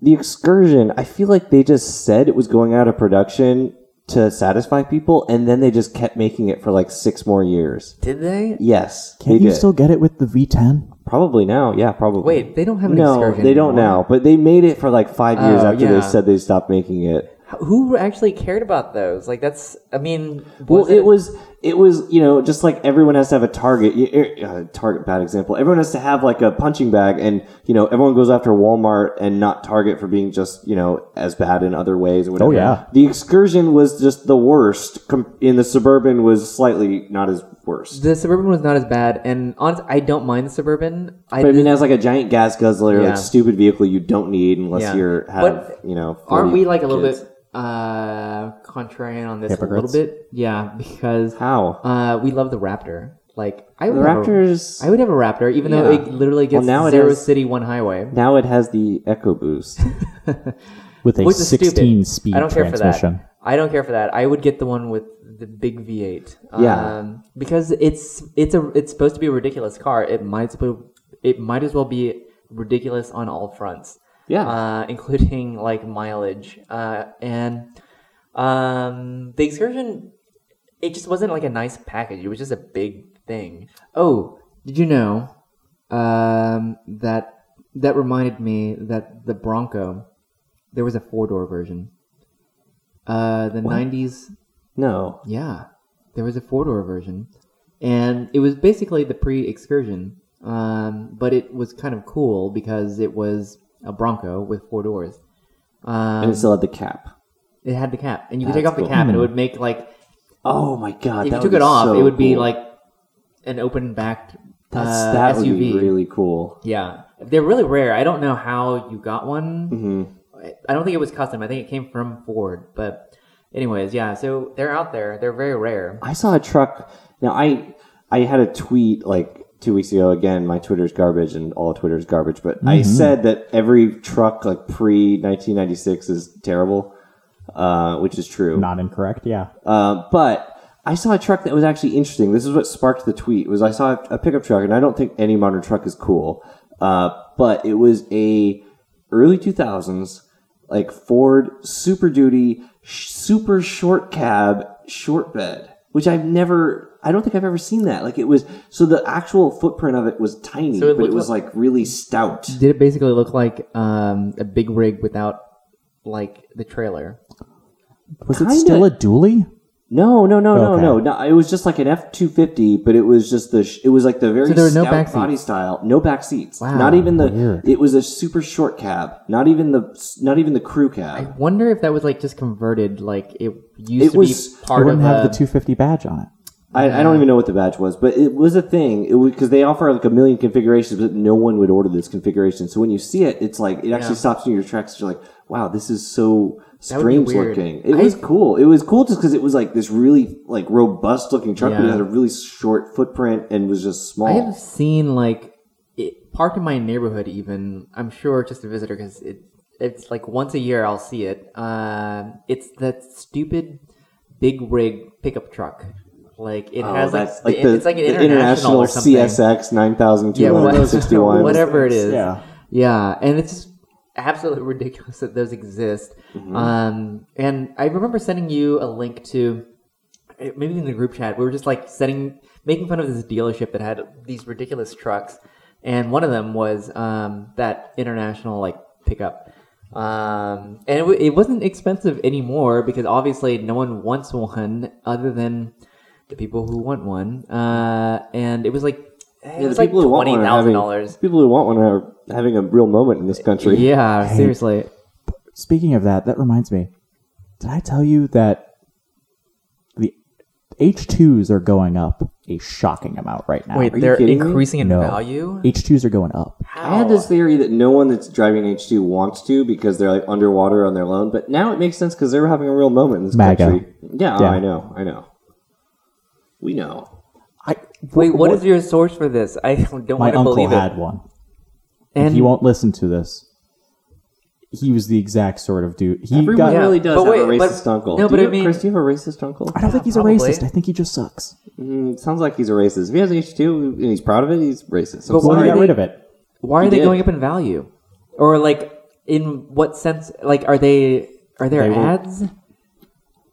S3: The excursion. I feel like they just said it was going out of production to satisfy people, and then they just kept making it for like six more years.
S2: Did they?
S3: Yes,
S4: Can
S3: they
S4: you
S3: did.
S4: still get it with the V10?
S3: probably now. Yeah, probably.
S2: Wait, they don't have an
S3: no,
S2: excursion
S3: they don't
S2: anymore.
S3: now. But they made it for like five years
S2: Oh,
S3: after
S2: yeah.
S3: they said they stopped making it.
S2: who actually cared about those? Like that's, I mean,
S3: Well,
S2: was
S3: it was it was you know just like everyone has to have a target y- uh, target bad example everyone has to have like a punching bag and you know everyone goes after walmart and not target for being just you know as bad in other ways or whatever
S2: Oh,
S4: yeah.
S3: the excursion was just the worst com- in the suburban was slightly not as worst
S2: The suburban was not as bad, and honest, I don't mind the suburban. I,
S3: but i mean as like a giant gas guzzler
S2: Yeah.
S3: like stupid vehicle you don't need unless
S2: Yeah.
S3: you're have you know 40
S2: aren't we like a little
S3: kids.
S2: bit uh, contrarian on this
S4: Hypocrites?
S2: a little bit? Yeah, because
S3: how
S2: uh, we love the Raptor. Like I
S3: the
S2: would have a-
S3: raptors
S2: I would have a Raptor, even though
S3: Yeah.
S2: it literally gets
S3: now it
S2: zero
S3: has-
S2: city, one highway.
S3: now it has the echo boost
S4: with a
S2: Which is stupid.
S4: 16 speed
S2: I don't care for
S4: transmission.
S2: that. I don't care for that. I would get the one with the big V8.
S3: Yeah.
S2: Um, because it's it's a it's supposed to be a ridiculous car. It might suppo- it might as well be ridiculous on all fronts.
S3: Yeah.
S2: Uh, including like mileage uh, and um, the excursion. It just wasn't like a nice package. It was just a big thing. Oh, did you know um, that that reminded me that the Bronco there was a four door version. Uh, the nineties,
S3: no
S2: yeah, there was a four door version, and it was basically the pre excursion. Um, but it was kind of cool because it was a Bronco with four doors. Um,
S3: and it still had the cap
S2: it had the cap, and you could take
S3: That's
S2: off the
S3: cool.
S2: cap, and it would make like
S3: Oh my god!
S2: if you
S3: that would
S2: took
S3: be
S2: it off,
S3: so
S2: it would be
S3: cool.
S2: like an open backed
S3: That's,
S2: uh,
S3: that
S2: SUV.
S3: would be really cool.
S2: Yeah, they're really rare. I don't know how you got one.
S3: hmm
S2: I- I don't think it was custom. I think it came from Ford. But, anyways, yeah. So they're out there. They're very rare.
S3: I saw a truck. Now I I had a tweet like two weeks ago. Again, my Twitter's garbage and all of Twitter's garbage. But I said that every truck like pre nineteen ninety six is terrible, uh, which is true.
S4: Not incorrect, yeah.
S3: Uh, but I saw a truck that was actually interesting. This is what sparked the tweet. Was I saw a pickup truck, and I don't think any modern truck is cool. Uh, but it was a early two thousands like Ford Super Duty, sh- super short cab, short bed, which I've never. I don't think I've ever seen that. Like it was so the actual footprint of it was tiny,
S2: So it
S3: but it
S2: looked
S3: was like really stout.
S2: Did it basically look like um, a big rig without like the trailer?
S4: Was
S3: Kinda-
S4: it still a dually?
S3: No, no, no,
S4: Okay.
S3: no, no, no. It was just like an F two fifty, but it was just the. Sh- it was like the very
S2: So there were no
S3: stout
S2: back seats?
S3: body style. No back seats.
S2: Wow,
S3: not even the.
S4: weird.
S3: It was a super short cab. Not even the. Not even the crew
S2: I
S3: cab.
S2: wonder if that was like just converted. Like it used
S3: It
S2: to
S3: was-
S2: be
S4: It
S2: part of
S4: wouldn't have
S2: a-
S4: the 250 badge on it.
S3: I, I don't even know what the badge was, but it was a thing. It because they offer like a million configurations, but no one would order this configuration. So when you see it, it's like it actually
S2: Yeah.
S3: stops you in your tracks. You're like, wow, this is so
S2: would be
S3: strange
S2: weird.
S3: looking. It
S2: I-
S3: was cool. It was cool just because it was like this really like robust looking truck, but
S2: Yeah.
S3: it had a really short footprint and was just small.
S2: I have seen like it parked in my neighborhood. Even I'm sure just a visitor because it it's like once a year I'll see it. Uh, it's that stupid big rig pickup truck. Like it
S3: Oh,
S2: has like,
S3: that's
S2: the- it's like an international, or something.
S3: CSX nine thousand two
S2: yeah,
S3: hundred and sixty one.
S2: whatever, whatever it is.
S4: Yeah.
S2: yeah, and it's just absolutely ridiculous that those exist.
S3: Mm-hmm.
S2: Um, and I remember sending you a link to it- maybe in the group chat, we were just like setting, making fun of this dealership that had these ridiculous trucks, and one of them was um, that international like pickup, um, and it, w- it wasn't expensive anymore because obviously no one wants one other than the people who want one, uh, and it was like it was like twenty thousand dollars.
S3: People who want one are having a real moment in this country.
S2: Yeah, seriously.
S4: Speaking of that, that reminds me. Did I tell you that the H2s are going up a shocking amount right now?
S2: Wait,
S3: you
S2: they're
S3: kidding me?
S2: increasing in
S4: no.
S2: value.
S4: H2s are going up.
S3: I had this theory that no one that's driving an H2 wants to because they're like underwater on their loan, but now it makes sense because they're having a real moment in this
S4: MAGA.
S3: country. Yeah, oh,
S4: Yeah.
S3: I know, I know. We know.
S4: I,
S2: Wait, what is your source for this? I don't
S4: my
S2: want to
S4: uncle
S2: believe
S4: had
S2: it.
S4: one.
S2: And
S4: he won't listen to this. He was the exact sort of dude. He
S3: Everyone
S4: got.
S2: Yeah.
S3: really does
S2: But
S3: have
S2: wait,
S3: a
S2: but-
S3: racist uncle.
S2: no,
S3: Do
S2: but
S3: you
S2: I
S3: have-
S2: mean-
S3: Chris, do you have a racist uncle?
S4: I don't think he's
S2: probably.
S4: a racist. I think he just sucks.
S3: Mm, sounds like he's a racist. If he has an H2 and he's proud of it, he's racist. I'm
S2: But
S4: Well,
S2: why
S4: he
S3: sorry.
S4: got
S2: they-
S4: rid of it.
S2: why are
S3: He
S2: they
S3: did.
S2: going up in value? Or like in what sense like are they are there
S4: They will-
S2: ads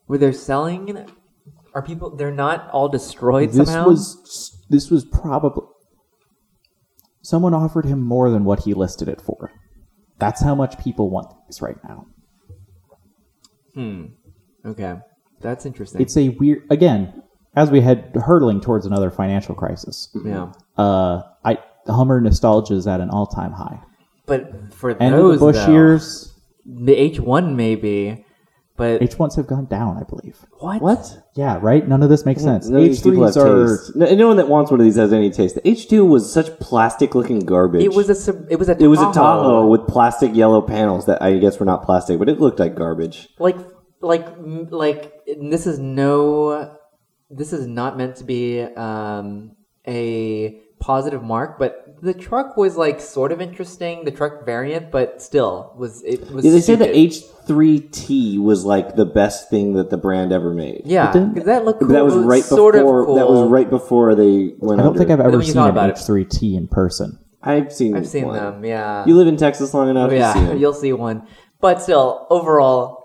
S2: where they're selling are people they're not all destroyed
S4: This
S2: somehow?
S4: was this was probably someone offered him more than what he listed it for. That's how much people want these right now.
S2: okay. That's interesting.
S4: It's a weird again. as we head hurtling towards another financial crisis,
S2: Yeah.
S4: uh, I Hummer nostalgia is at an all time high.
S2: But for
S4: End
S2: those
S4: of the Bush
S2: though,
S4: years,
S2: the H one maybe, but
S4: H ones have gone down, I believe.
S2: what?
S3: What?
S4: Yeah, right. None of this makes sense.
S3: None of these
S4: H
S3: people
S4: threes
S3: have
S4: are
S3: taste. No, no one that wants one of these has any taste. The H2 was such plastic looking garbage.
S2: It was a sub- it was a
S3: It was a Tahoe with plastic yellow panels that I guess were not plastic, but it looked like garbage.
S2: like like m- like and this is no this is not meant to be um, a positive mark but the truck was like sort of interesting the truck variant but still was it was
S3: Yeah, they say the
S2: stupid.
S3: H3T was like the best thing that the brand ever made.
S2: yeah
S4: didn't-
S2: 'cause that looked cool.
S3: But that was
S2: It
S3: right
S2: sort
S3: before.
S2: of cool.
S3: That was right before they went.
S4: I don't think I've e-
S2: Then
S4: ever
S2: when you
S4: seen
S2: thought
S4: an
S2: about it-
S4: H3T in person.
S3: I've seen.
S2: i've seen
S3: one.
S2: them yeah
S3: You live in Texas long enough.
S2: yeah
S3: You've seen them.
S2: you'll see one but still overall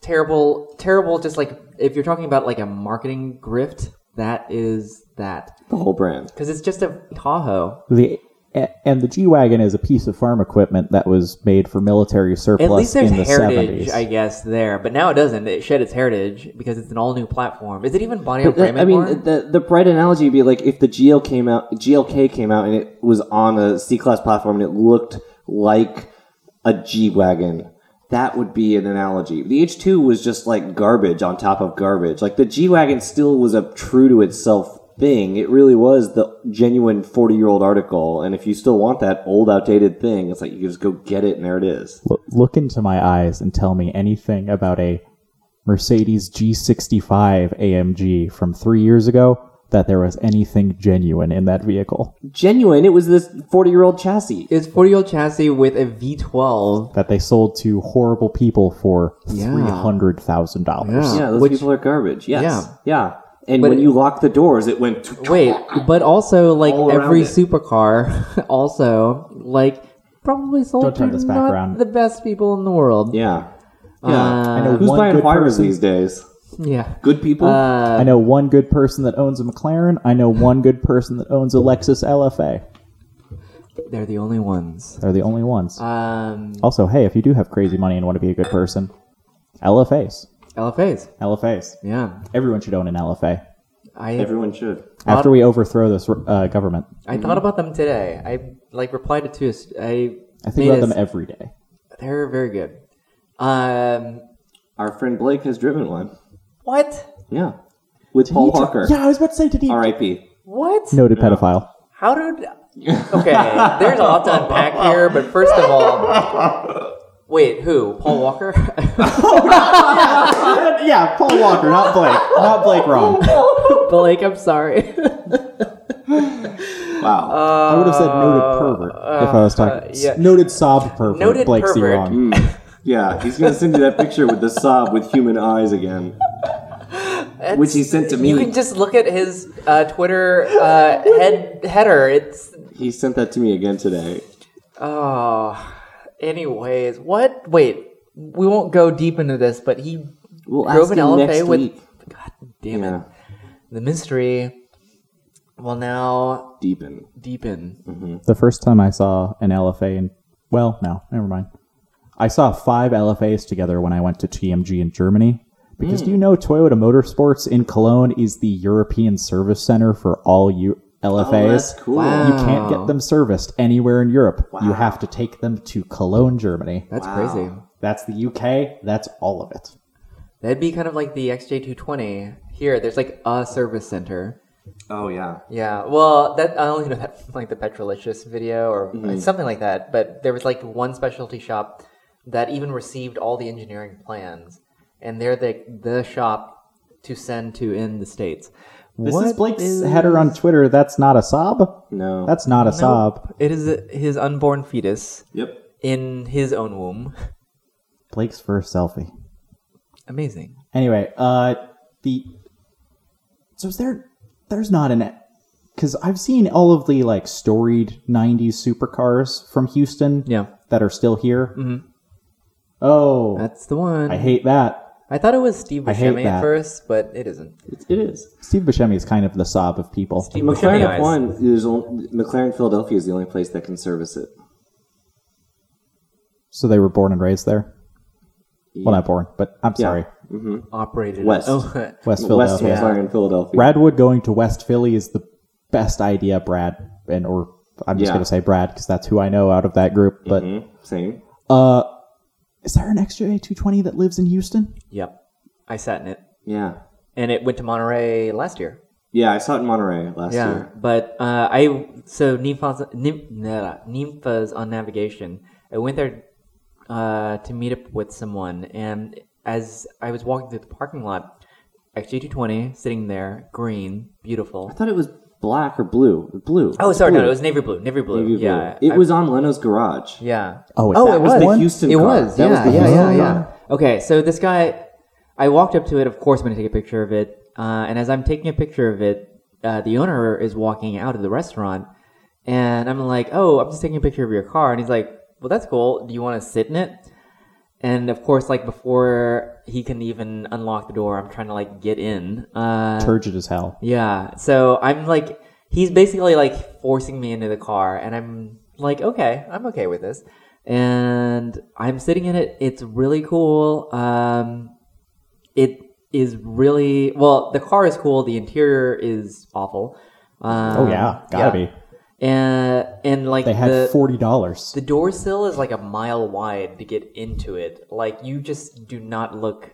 S2: terrible terrible just like if you're talking about like a marketing grift that is that
S3: the whole brand.
S2: because it's just a tahoe
S4: The a- and the G wagon is a piece of farm equipment that was made for military surplus
S2: At least there's
S4: in the
S2: heritage,
S4: 70s.
S2: I guess, there. But now it doesn't. It shed its heritage because it's an all new platform. Is it even Bonnie
S4: uh,
S2: on Frame
S3: I mean,
S2: anymore?
S3: the, the bright analogy would be like if the GL came out, GLK came out, and it was on a C class platform, and it looked like a G wagon. That would be an analogy. The H two was just like garbage on top of garbage. Like the G wagon still was a true to itself thing. It really was the genuine forty year old article. And if you still want that old outdated thing, it's like you just go get it, and there it is.
S4: Lo- look into my eyes and tell me anything about a Mercedes G65 AMG from three years ago that there was anything genuine in that vehicle
S3: Genuine. It was this forty year old chassis.
S2: it's 40 year old chassis with a V12.
S4: that they sold to horrible people for
S2: Yeah.
S4: three hundred thousand dollars.
S3: Yeah, those
S2: Which-
S3: people are garbage. Yes.
S2: Yeah.
S3: Yeah. And
S2: But
S3: when
S2: it-
S3: you lock the doors, it went.
S2: Wait, but also, like,
S3: All around
S2: every
S3: it.
S2: supercar, also, like, probably sold
S4: Don't turn
S2: to
S4: this back
S2: not
S4: around.
S2: the best people in the world.
S3: Yeah. Yeah.
S2: Uh, I know
S3: Who's
S4: one
S3: buying
S4: good
S3: wires
S4: person-
S3: these days?
S2: Yeah.
S3: Good people.
S2: Uh,
S4: I know one good person that owns a McLaren. I know one good person that owns a Lexus LFA.
S2: They're the only ones.
S4: They're the only ones.
S2: Um,
S4: Also, hey, if you do have crazy money and want to be a good person, LFAs.
S2: LFAs.
S4: LFAs.
S2: Yeah.
S4: Everyone should own an LFA.
S2: I
S3: Everyone should.
S4: After we overthrow this uh, government,
S2: I thought about them today. I, like, replied to two. s- I,
S4: I
S2: made
S4: think about
S2: a
S4: them e- every day.
S2: They're very good. Um,
S3: Our friend Blake has driven one.
S2: what?
S3: Yeah. With Paul Walker.
S4: Yeah, I was about to say, did he?
S3: R.I.P.
S2: What?
S4: Noted pedophile.
S2: How did? Okay, there's a lot to unpack here, but first of all, wait, who? Paul Walker?
S4: yeah, Paul Walker, not Blake. Not Blake wrong.
S2: Blake, I'm sorry. Uh,
S3: Wow.
S4: I would have said noted pervert if I was talking.
S2: yeah.
S4: Uh, Noted sob pervert.
S2: Noted
S4: Blake C.
S2: pervert.
S4: Wrong.
S3: yeah. He's going to send you that picture with the sob with human eyes again. Which he sent to
S2: You can
S3: me.
S2: just look at his uh, Twitter uh, head header. It's
S3: He sent that to me again today.
S2: oh. Anyways, what? Wait, we won't go deep into this, but he
S3: We'll
S2: drove
S3: ask
S2: an
S3: him
S2: LFA
S3: next
S2: with.
S3: week.
S2: God damn
S3: Yeah.
S2: it! The mystery will now
S3: Deepen.
S2: deepen.
S4: The first time I saw an LFA, and well, no, never mind. I saw five LFAs together when I went to TMG in Germany.
S2: Hmm.
S4: Because do you know Toyota Motorsports in Cologne is the European service center for all you LFAs?
S3: Oh, that's cool.
S2: Wow.
S4: You can't get them serviced anywhere in Europe. You have to take them to Cologne, Germany.
S2: That's
S3: Wow.
S2: crazy.
S4: That's the UK. That's all of it.
S2: That'd be kind of like the XJ220. Here, there's like a service center.
S3: Oh, yeah.
S2: Yeah, well, that I only know that from like the Petrolicious video or
S4: Mm-hmm.
S2: something like that. But there was like one specialty shop that even received all the engineering plans, and they're the the shop to send to in the states.
S4: This
S2: What
S4: is Blake's
S2: is-
S4: header on Twitter. That's not a sob.
S3: No.
S4: That's not a sob.
S2: Oh, It is his unborn fetus
S3: Yep.
S2: in his own womb.
S4: Blake's first selfie.
S2: Amazing.
S4: Anyway, uh, the so is there? There's not an because I've seen all of the like storied '90s supercars from Houston.
S2: Yeah.
S4: that are still here. Oh,
S2: That's the one.
S4: I hate that.
S2: I thought it was Steve
S4: I hate
S2: Buscemi at
S4: that.
S2: first, but it isn't.
S3: It, it is.
S4: Steve Buscemi is kind of the sob of people.
S3: McLaren
S2: Buscemi eyes.
S3: F one is on- McLaren Philadelphia is the only place that can service it.
S4: So they were born and raised there. Well, not born, but I'm sorry.
S2: Operated.
S3: West.
S2: Oh,
S4: West
S3: West
S4: Philadelphia.
S3: was in Philadelphia.
S4: Bradwood going to West Philly is the best idea, Brad, and or I'm just
S3: Yeah.
S4: going to say Brad because that's who I know out of that group. But
S3: Mhm, Same.
S4: uh, is there an extra A220 that lives in Houston?
S2: yep. I sat in it,
S3: Yeah.
S2: and it went to Monterey last year.
S3: Yeah, I saw it in Monterey last
S2: yeah,
S3: year.
S2: but uh, I so nymphas Nym- nah, nymphas on navigation. I went there uh, to meet up with someone, and as I was walking through the parking lot, XJ220 sitting there, green, beautiful.
S3: I thought it was black or blue. Blue.
S2: Oh, sorry,
S3: blue.
S2: no, it was navy blue, navy blue.
S3: Navy blue.
S2: yeah,
S3: It
S2: I-
S3: was on Leno's garage.
S2: Yeah.
S4: Oh, it's
S2: oh,
S4: that
S2: it
S4: was
S2: was,
S4: the
S3: Houston
S2: It
S3: car.
S2: was.
S3: That
S2: Yeah,
S3: was the
S2: yeah, yeah,
S3: Houston
S2: yeah.
S3: car.
S2: Okay, so this guy, I walked up to it. Of course, I'm going to take a picture of it. Uh, and as I'm taking a picture of it, uh, the owner is walking out of the restaurant, and I'm like, "Oh, I'm just taking a picture of your car." And he's like, "Well, that's cool. Do you want to sit in it?" And of course, like before he can even unlock the door, I'm trying to like get in. Uh,
S4: turgid as hell.
S2: yeah. So I'm like, he's basically like forcing me into the car, and I'm like, okay, I'm okay with this. And I'm sitting in it. It's really cool. Um, it is really well. The car is cool. The interior is awful. Um,
S4: Oh yeah, gotta be.
S2: be. And and like
S4: They had
S2: the,
S4: forty dollars.
S2: the door sill is like a mile wide to get into it. Like you just do not look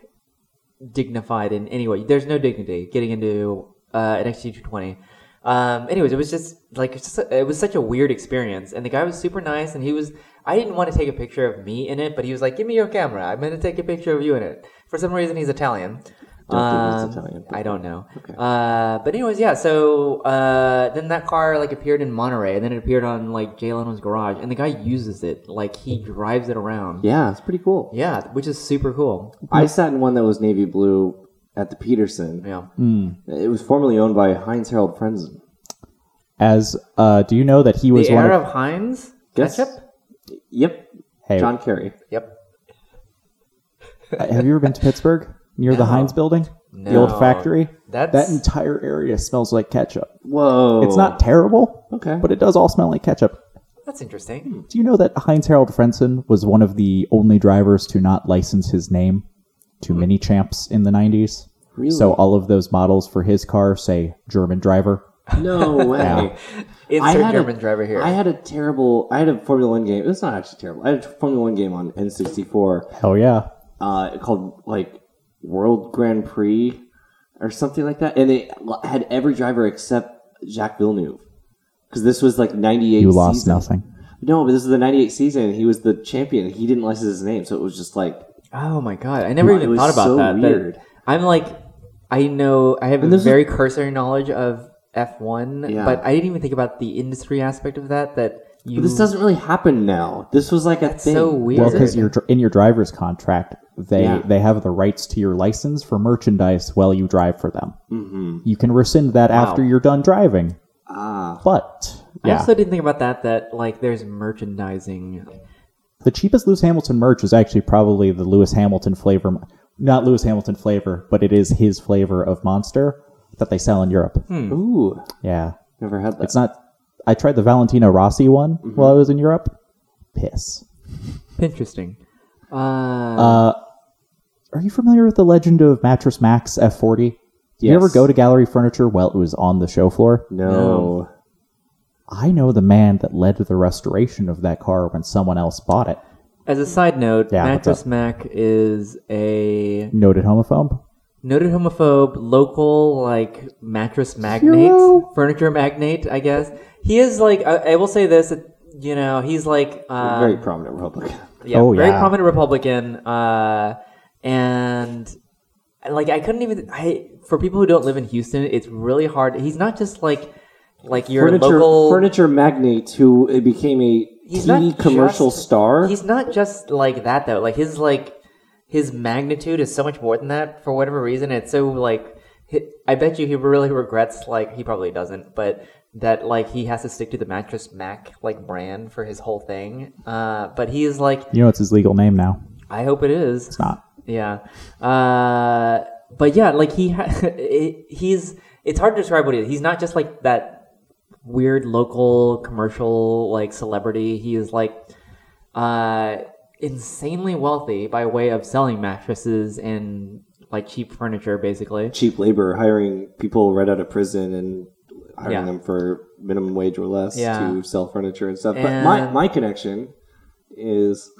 S2: dignified in any way. There's no dignity getting into uh, an XT220. Um, anyways, it was just like it's just a- it was such a weird experience, and the guy was super nice, and he was. I didn't want to take a picture of me in it, but he was like, "Give me your camera. I'm going to take a picture of you in it." For some reason, he's Italian.
S3: Don't think he's
S2: Um,
S3: Italian, but-
S2: I don't know.
S3: Okay.
S2: Uh, but anyways, yeah. So uh, then that car like appeared in Monterey, and then it appeared on like Jay Leno's garage, and the guy uses it like he drives it around.
S3: Yeah, it's pretty cool.
S2: Yeah, which is super cool.
S3: I sat in one that was navy blue at the Peterson.
S2: Yeah.
S3: It was formerly owned by Heinz Harold Frenzen.
S4: As uh, do you know that he was
S2: the
S4: one
S2: heir
S4: of,
S2: of Heinz
S3: Yes.
S2: ketchup.
S3: Yep.
S4: Hey.
S3: John Kerry.
S2: Yep.
S4: Have you ever been to Pittsburgh near the Heinz Building, the
S2: No.
S4: old factory?
S2: That's-
S4: that entire area smells like ketchup.
S3: Whoa.
S4: It's
S2: Oh.
S4: not terrible,
S3: Okay.
S4: but it does all smell like ketchup.
S2: That's
S3: Hmm.
S2: interesting.
S4: Do you know that Heinz Harold Frentzen was one of the only drivers to not license his name to
S2: Hmm.
S4: mini champs in the 90s?
S3: Really?
S4: So all of those models for his car say German driver.
S3: No way.
S4: Yeah.
S2: Insert
S3: had
S2: German
S3: a,
S2: driver here.
S3: I had a terrible. I had a Formula One game. It's not actually terrible. I had a Formula One game on N64
S4: Hell yeah.
S3: uh, called like World Grand Prix or something like that, and it l- had every driver except Jacques Villeneuve because this was like '98.
S4: You lost
S3: season.
S4: nothing.
S3: No, but this is the '98 season. and He was the champion. He didn't license his name, so it was just like.
S2: oh my god! I never
S3: Wow, it
S2: even
S3: was
S2: thought about
S3: so
S2: that. that-
S3: weird.
S2: I'm like, I know I have
S3: And
S2: a
S3: this
S2: very cursory knowledge of F1,
S3: Yeah.
S2: but I didn't even think about the industry aspect of that. That you
S3: But this doesn't really happen now. This was like a thing.
S2: so weird.
S4: Well, because you're in your driver's contract, they
S3: Yeah.
S4: they have the rights to your license for merchandise while you drive for them. Mm-hmm. You can rescind that after you're done driving,
S3: Ah,
S4: but
S2: I
S4: yeah,
S2: also didn't think about that. That like there's merchandising.
S4: the cheapest Lewis Hamilton merch is actually probably the Lewis Hamilton flavor, not Lewis Hamilton flavor, but it is his flavor of Monster that they sell in Europe.
S3: ooh,
S4: Yeah,
S3: never had Hmm. that.
S4: it's not. I tried the Valentino Rossi one while I was in Europe. Piss.
S2: Interesting. Uh,
S4: Are you familiar with the legend of Mattress Max F40? Did You
S3: Yes.
S4: ever go to Gallery Furniture? Well, it was on the show floor.
S3: no.
S2: No.
S4: I know the man that led to the restoration of that car when someone else bought it.
S2: as a side note,
S4: Yeah, what's
S2: Mattress
S4: up?
S2: Mac is a
S4: Noted homophobe.
S2: Noted homophobe, local like mattress magnate,
S4: Hero.
S2: furniture magnate, I guess. He is like I, I will say this, you know, he's like um,
S3: Very prominent Republican.
S2: yeah,
S4: Oh,
S2: very
S4: yeah.
S2: prominent Republican, uh, and like I couldn't even I for people who don't live in Houston, it's really hard. He's not just like like your
S3: furniture
S2: local
S3: furniture magnate who uh, became a
S2: He's
S3: TV
S2: not
S3: commercial
S2: just-
S3: star.
S2: He's not just like that though. Like his like his magnitude is so much more than that for whatever reason. It's so like hi- I bet you he really regrets like he probably doesn't, but that like he has to stick to the mattress Mac like brand for his whole thing. Uh, but he is like
S4: You know it's his legal name now.
S2: I hope it is.
S4: It's not.
S2: Yeah. Uh, but yeah, like he ha- it- he's it's hard to describe what he is. He's not just like that weird local commercial like celebrity. He is like uh insanely wealthy by way of selling mattresses and like cheap furniture, basically.
S3: Cheap labor, hiring people right out of prison and hiring
S2: Yeah.
S3: them for minimum wage or less
S2: Yeah.
S3: to sell furniture and stuff. But my,
S2: And-
S3: my connection is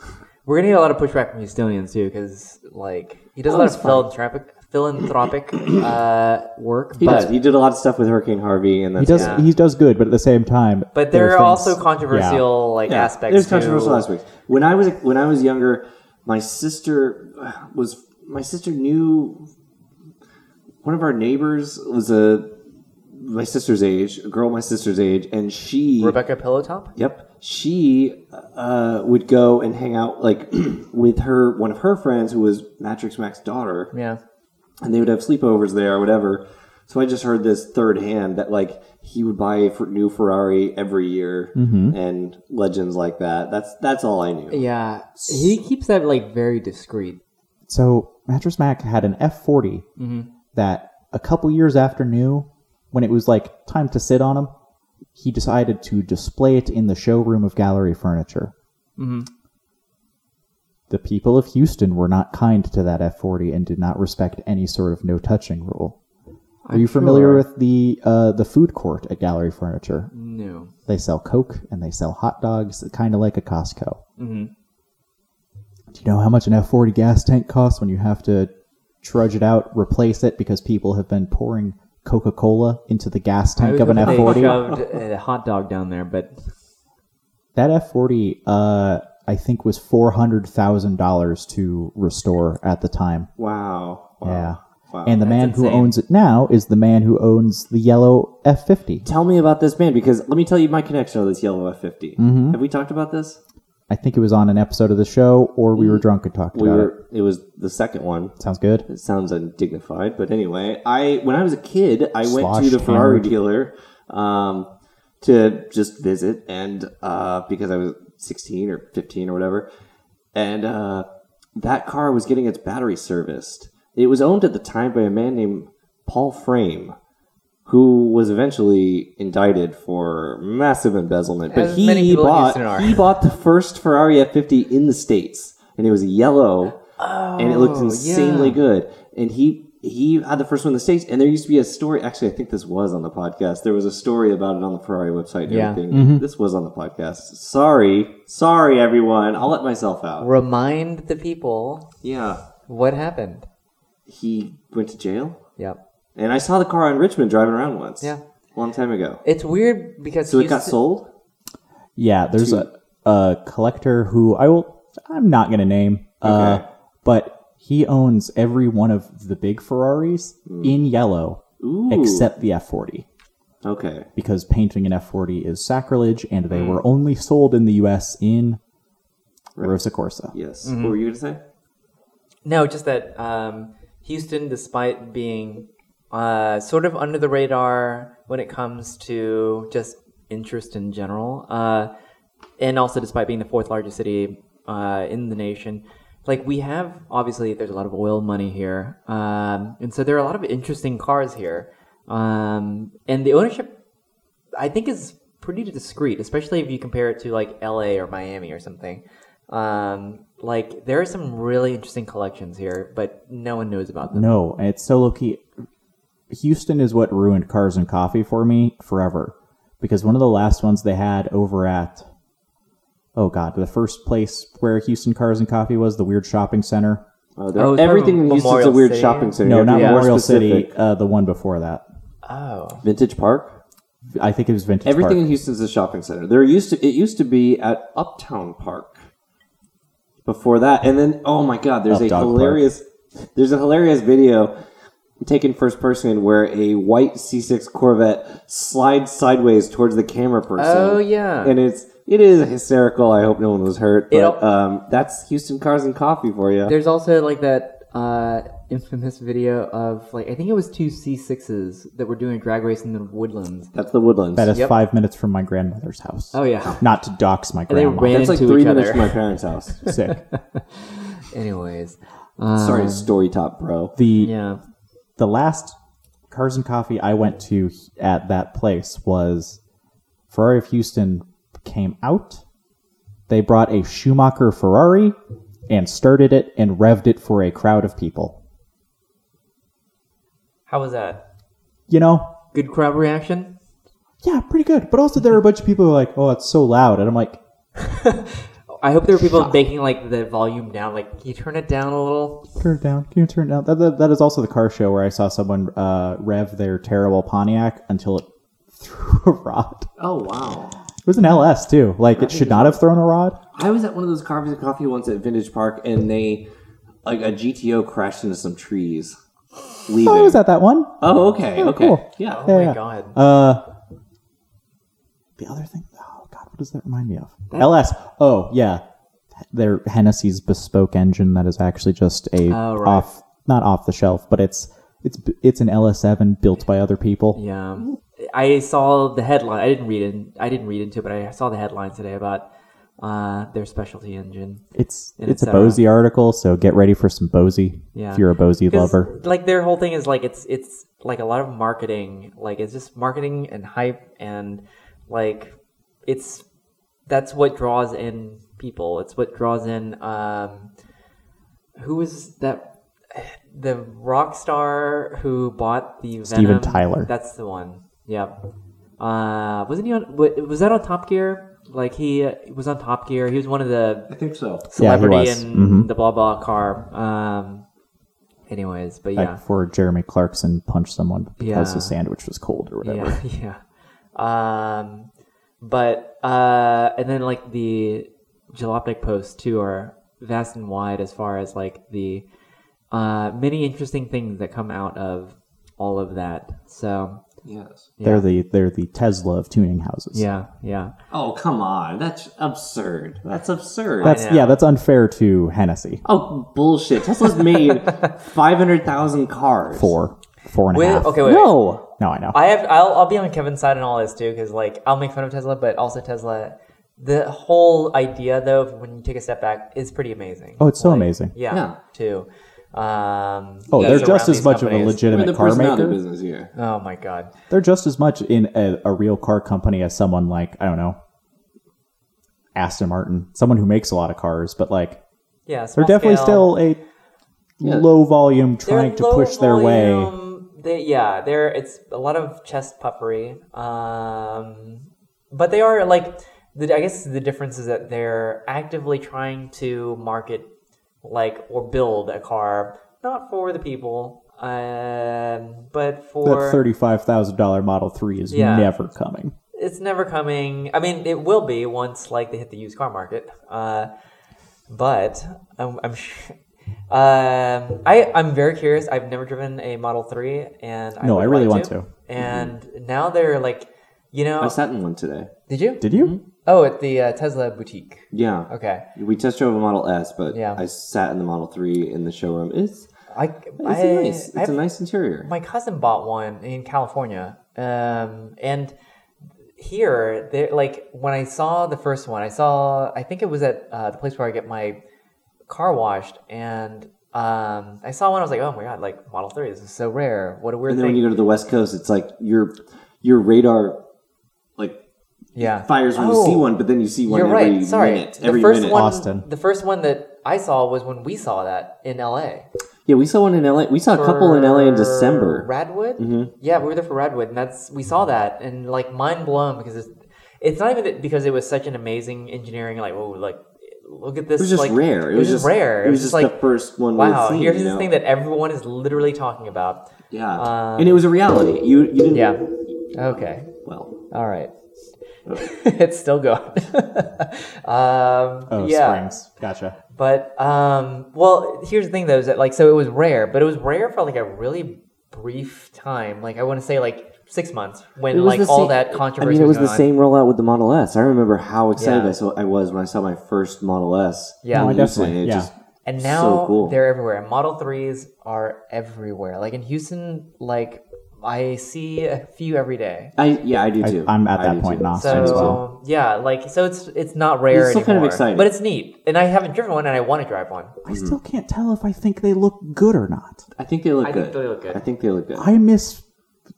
S2: We're gonna get a lot of pushback from Houstonians too, because like he does a
S3: Oh,
S2: lot
S3: it's
S2: of philanthropic philanthropic uh, work,
S3: he,
S2: but
S3: does, he did a lot of stuff with Hurricane Harvey and
S4: He
S3: that's
S4: does.
S3: it.
S2: Yeah.
S4: He does good, but at the same time,
S2: but there are
S4: things-
S2: also
S4: yeah.
S2: controversial like
S3: Yeah,
S2: aspects.
S3: It was controversial
S2: to-
S3: aspects. When I was when I was younger, my sister uh, was my sister knew one of our neighbors was a my sister's age, a girl my sister's age, and she
S2: Rebecca Pillowtop.
S3: Yep. She uh, would go and hang out like with her one of her friends who was Matrix Mac's daughter,
S2: Yeah,
S3: and they would have sleepovers there or whatever. So I just heard this third hand that like he would buy a fer- new Ferrari every year and legends like that. That's that's all I knew.
S2: yeah. He keeps that like very discreet.
S4: So Mattress Mac had an F40 that a couple years after new, when it was like time to sit on him, he decided to display it in the showroom of gallery furniture. The people of Houston were not kind to that F40 and did not respect any sort of no touching rule. Are you familiar
S2: sure.
S4: with the uh, the food court at Gallery Furniture?
S2: No,
S4: They sell Coke and they sell hot dogs, kind of like a Costco. Mm-hmm. Do you know how much an F40 gas tank costs when you have to trudge it out, replace it because people have been pouring Coca Cola into the gas
S2: I
S4: tank
S2: was
S4: of an
S2: hoping they
S4: F40?
S2: shoved a hot dog down there, but
S4: That F40, uh, I think, was $400,000 to restore at the time.
S3: Wow. wow.
S4: Yeah.
S3: Wow.
S4: And the man who
S2: insane.
S4: owns it now is the man who owns the yellow F50.
S3: Tell me about this man because let me tell you my connection to this yellow F 50 Have we talked about this?
S4: I think it was on an episode of the show, or we were drunk and talked
S3: We
S4: about it.
S3: were. It was the second one.
S4: Sounds good.
S3: It sounds undignified, but anyway, I when I was a kid, I went to
S4: Sloshed
S3: the Ferrari
S4: hammered.
S3: dealer um, to just visit, and uh, because I was sixteen or fifteen or whatever, and uh, that car was getting its battery serviced. It was owned at the time by a man named Paul Frame, who was eventually indicted for massive embezzlement. But
S2: As
S3: he
S2: many people in
S3: bought
S2: Houston are.
S3: he bought the first Ferrari F50 in the states, and it was yellow, and it looked insanely
S2: Oh, yeah.
S3: good. And he he had the first one in the states, and there used to be a story. Actually, I think this was on the podcast. There was a story about it on the Ferrari website. And
S2: Yeah.
S3: everything.
S4: Mm-hmm.
S3: This was on the podcast. Sorry, sorry, everyone. I'll let myself out.
S2: remind the people
S3: Yeah,
S2: what happened.
S3: he went to jail,
S2: Yep.
S3: and I saw the car in Richmond driving around once.
S2: Yeah.
S3: a long time ago.
S2: It's weird because
S3: So it got
S2: Houston-
S3: sold.
S4: Yeah, there's a, a collector who I will I'm not gonna name, uh,
S3: Okay.
S4: but he owns every one of the big Ferraris in yellow
S3: Hmm. Ooh.
S4: except the F40
S3: Okay.
S4: because painting an F40 is sacrilege, and
S3: Hmm.
S4: they were only sold in the U.S. in Rosa Corsa.
S3: Yes. What were you gonna say?
S2: No, just that um, Houston, despite being uh, sort of under the radar when it comes to just interest in general, uh, and also despite being the fourth largest city uh, in the nation, like we have obviously there's a lot of oil money here, um, and so there are a lot of interesting cars here, um, and the ownership I think is pretty discreet, especially if you compare it to like LA or Miami or something. Um, like there are some really interesting collections here, but no one knows about them.
S4: No, and it's so low key. Houston is what ruined Cars and Coffee for me forever. Because one of the last ones they had over at, oh God, the first place where Houston Cars and Coffee was, the weird shopping center.
S3: Uh, there,
S2: Oh, it's
S3: everything
S2: from
S3: in Houston's a
S2: Memorial
S3: weird
S2: City.
S3: shopping center.
S4: No,
S3: You have to
S4: not
S3: be more
S4: Memorial
S3: specific.
S4: City, uh, the one before that.
S2: Oh,
S3: Vintage Park.
S4: I think it was Vintage
S3: Everything
S4: Park.
S3: in Houston's a shopping center. There used to it used to be at Uptown Park. Before that, and then oh my God, there's
S4: Updog
S3: a
S4: Park.
S3: hilarious there's a hilarious video taken first person where a white C6 Corvette slides sideways towards the camera person.
S2: Oh, yeah.
S3: and it's it is hysterical. I hope no one was hurt, but
S2: It'll-
S3: um, that's Houston Cars and Coffee for you.
S2: there's also like that uh, infamous video of like I think it was two C6s that were doing a drag race in the woodlands.
S3: That's the Woodlands.
S4: that is
S2: Yep.
S4: five minutes from my grandmother's house.
S2: Oh yeah.
S4: Not to dox my
S2: they
S4: grandma.
S2: ran-
S3: that's like
S2: into
S3: three
S2: each
S3: minutes
S2: other.
S3: from my parents' house.
S4: Sick.
S2: Anyways, Um,
S3: Sorry, story top, bro.
S4: The
S2: yeah.
S4: the last Cars and Coffee I went to at that place was Ferrari of Houston came out They brought a Schumacher Ferrari and started it and revved it for a crowd of people.
S2: How was that?
S4: You know,
S2: Good crowd reaction?
S4: yeah, pretty good. But also, there are a bunch of people who are like, "Oh, it's so loud," and I'm like,
S2: I hope there were people making like the volume down. Like, can you turn it down a little?
S4: Turn it down. Can you turn it down? That, that, that is also the car show where I saw someone uh, rev their terrible Pontiac until it threw a rod.
S3: Oh wow!
S4: It was an LS too. Like it should not have thrown a rod.
S3: I was at one of those coffees and coffee once at Vintage Park, and they like a GTO crashed into some trees. Leaving.
S4: Oh, I was at that one.
S3: Oh, okay,
S4: Oh,
S3: okay,
S4: cool.
S3: yeah.
S2: Oh
S4: Yeah.
S2: my god.
S4: Uh, the other thing. Oh God, what does that remind me of? LS. Oh yeah, their Hennessy's bespoke engine that is actually just a
S2: Oh, right.
S4: off, not off the shelf, but it's it's it's an LS7 built by other people.
S2: Yeah, I saw the headline. I didn't read it. I didn't read into it, but I saw the headline today about uh, their specialty engine.
S4: It's
S2: And
S4: it's a
S2: it's, uh,
S4: Bosey article, so get ready for some Bosey
S2: Yeah.
S4: if you're a Bosey
S2: 'Cause,
S4: lover.
S2: Like their whole thing is like it's it's like a lot of marketing. Like it's just marketing and hype and like it's that's what draws in people. It's what draws in um who is that the rock star who bought the
S4: Steven
S2: Venom?
S4: Tyler.
S2: That's the one. Yeah. Uh wasn't he on wa- was that on Top Gear? Like he uh, was on Top Gear. He was one of the
S3: I think so.
S4: Yeah, he
S2: celebrity
S4: was.
S2: in
S4: Mhm.
S2: the blah blah car. Um anyways, but
S4: Like
S2: yeah.
S4: before Jeremy Clarkson punched someone because
S2: Yeah.
S4: his sandwich was cold or whatever.
S2: Yeah, yeah. Um, but uh, and then like the Jalopnik posts too are vast and wide as far as like the uh, many interesting things that come out of all of that. So
S3: Yes.
S4: They're the they're the Tesla of tuning houses.
S2: yeah, yeah,
S3: Oh come on, that's absurd. That's absurd.
S4: That's
S2: I know.
S4: yeah, that's unfair to Hennessy.
S3: oh bullshit. Tesla's made five hundred thousand cars.
S4: Four. Four and a
S2: Wait,
S4: half.
S2: okay, wait.
S4: No. No, I know.
S2: I have I'll, I'll be on Kevin's side in all this too because like I'll make fun of Tesla, but also Tesla. The whole idea though, when you take a step back, is pretty amazing.
S4: oh, it's so amazing.
S2: yeah,
S3: Yeah.
S2: too. Um,
S4: Oh,
S3: Yeah,
S4: they're
S3: so
S4: just
S2: around
S4: as
S2: these
S4: much of a
S2: companies-
S3: We're in
S4: legitimate
S3: the
S4: car
S3: personality
S4: maker.
S3: business here.
S2: Oh my god.
S4: They're just as much in a, a real car company as someone like, I don't know, Aston Martin. Someone who makes a lot of cars, but like
S2: Yeah,
S4: they're
S2: small
S4: definitely
S2: scale.
S4: still a low volume
S2: They're
S4: trying to
S2: low
S4: push their way.
S2: volume. They, yeah, they're it's a lot of chest puffery, um, but they are like the, I guess the difference is that they're actively trying to market like or build a car not for the people, um, but for
S4: That thirty-five thousand dollar Model Three is
S2: Yeah.
S4: never coming.
S2: it's never coming. I mean, it will be once like they hit the used car market. Uh, but I'm, I'm sh- um, I I'm very curious. I've never driven a Model Three, and I
S4: No,
S2: would
S4: I really
S2: like
S4: want to.
S2: And now they're like, you
S3: I
S4: Oh.
S2: know,
S3: sat in one today.
S2: did you?
S4: Did you?
S2: Oh, at the uh, Tesla boutique.
S3: Yeah.
S2: Okay,
S3: We test drove a Model S, but
S2: Yeah.
S3: I sat in the Model Three in the showroom. It's
S2: I
S3: it's
S2: I,
S3: nice. It's
S2: I have
S3: a nice interior.
S2: my cousin bought one in California, um, and here, there, like when I saw the first one, I saw I think it was at uh, the place where I get my car washed, and um, I saw one. I was like, oh my god, like Model Three, this is so rare. What a weird
S3: And then when
S2: thing.
S3: you go to the West Coast, it's like your your radar like
S2: yeah, Oh,
S3: fires when you see one, but then you see one
S2: You're
S3: every
S2: right. Sorry,
S3: minute. Every
S2: the first
S3: minute.
S2: one,
S4: Austin.
S2: the first one that I saw was when we saw that in L.A.
S3: Yeah, we saw one in LA. We saw a couple in LA in
S2: for
S3: December. Mm-hmm.
S2: Radwood. Yeah, we were there for Radwood, and that's we saw that, and like mind blown because it's it's not even that because it was such an amazing engineering. Like, oh, like look at this.
S3: It was just
S2: like,
S3: rare. It was just
S2: rare.
S3: It was just
S2: like
S3: the first one. we
S2: wow.
S3: had seen,
S2: here's
S3: you
S2: this
S3: know?
S2: thing that everyone is literally talking about.
S3: Yeah,
S2: um,
S3: and it was a reality. You you didn't.
S2: Yeah. Okay.
S3: Well,
S2: All right. it's still going. um,
S4: Oh,
S2: yeah.
S4: springs. Gotcha.
S2: But um, well, here's the thing though, is that like so it was rare, but it was rare for like a really brief time. Like I want to say like six months when
S3: it was
S2: like
S3: the
S2: all
S3: same-
S2: that controversy.
S3: I mean, it was the
S2: going on.
S3: same rollout with the Model S. I remember how excited
S2: Yeah.
S3: I, saw, I was when I saw my first Model S.
S2: Yeah.
S3: in
S2: Oh, I
S3: Houston.
S4: definitely-
S3: It
S4: yeah.
S3: just-
S2: And
S3: So
S2: now
S3: cool.
S2: they're everywhere. And Model threes are everywhere. Like in Houston, like I see a few every day.
S3: I yeah, I do
S4: I-
S3: too.
S4: I'm at
S3: I
S4: that
S3: do
S4: point
S3: too.
S4: in Austin
S2: So
S4: as well.
S2: yeah, like so it's it's not rare
S3: It's still
S2: anymore.
S3: kind of exciting.
S2: But it's neat, and I haven't driven one, and I want to drive one.
S4: I still can't tell if I think they look good or not.
S3: I think they look
S2: I
S3: good.
S2: think they look good.
S3: I think they look good.
S4: I miss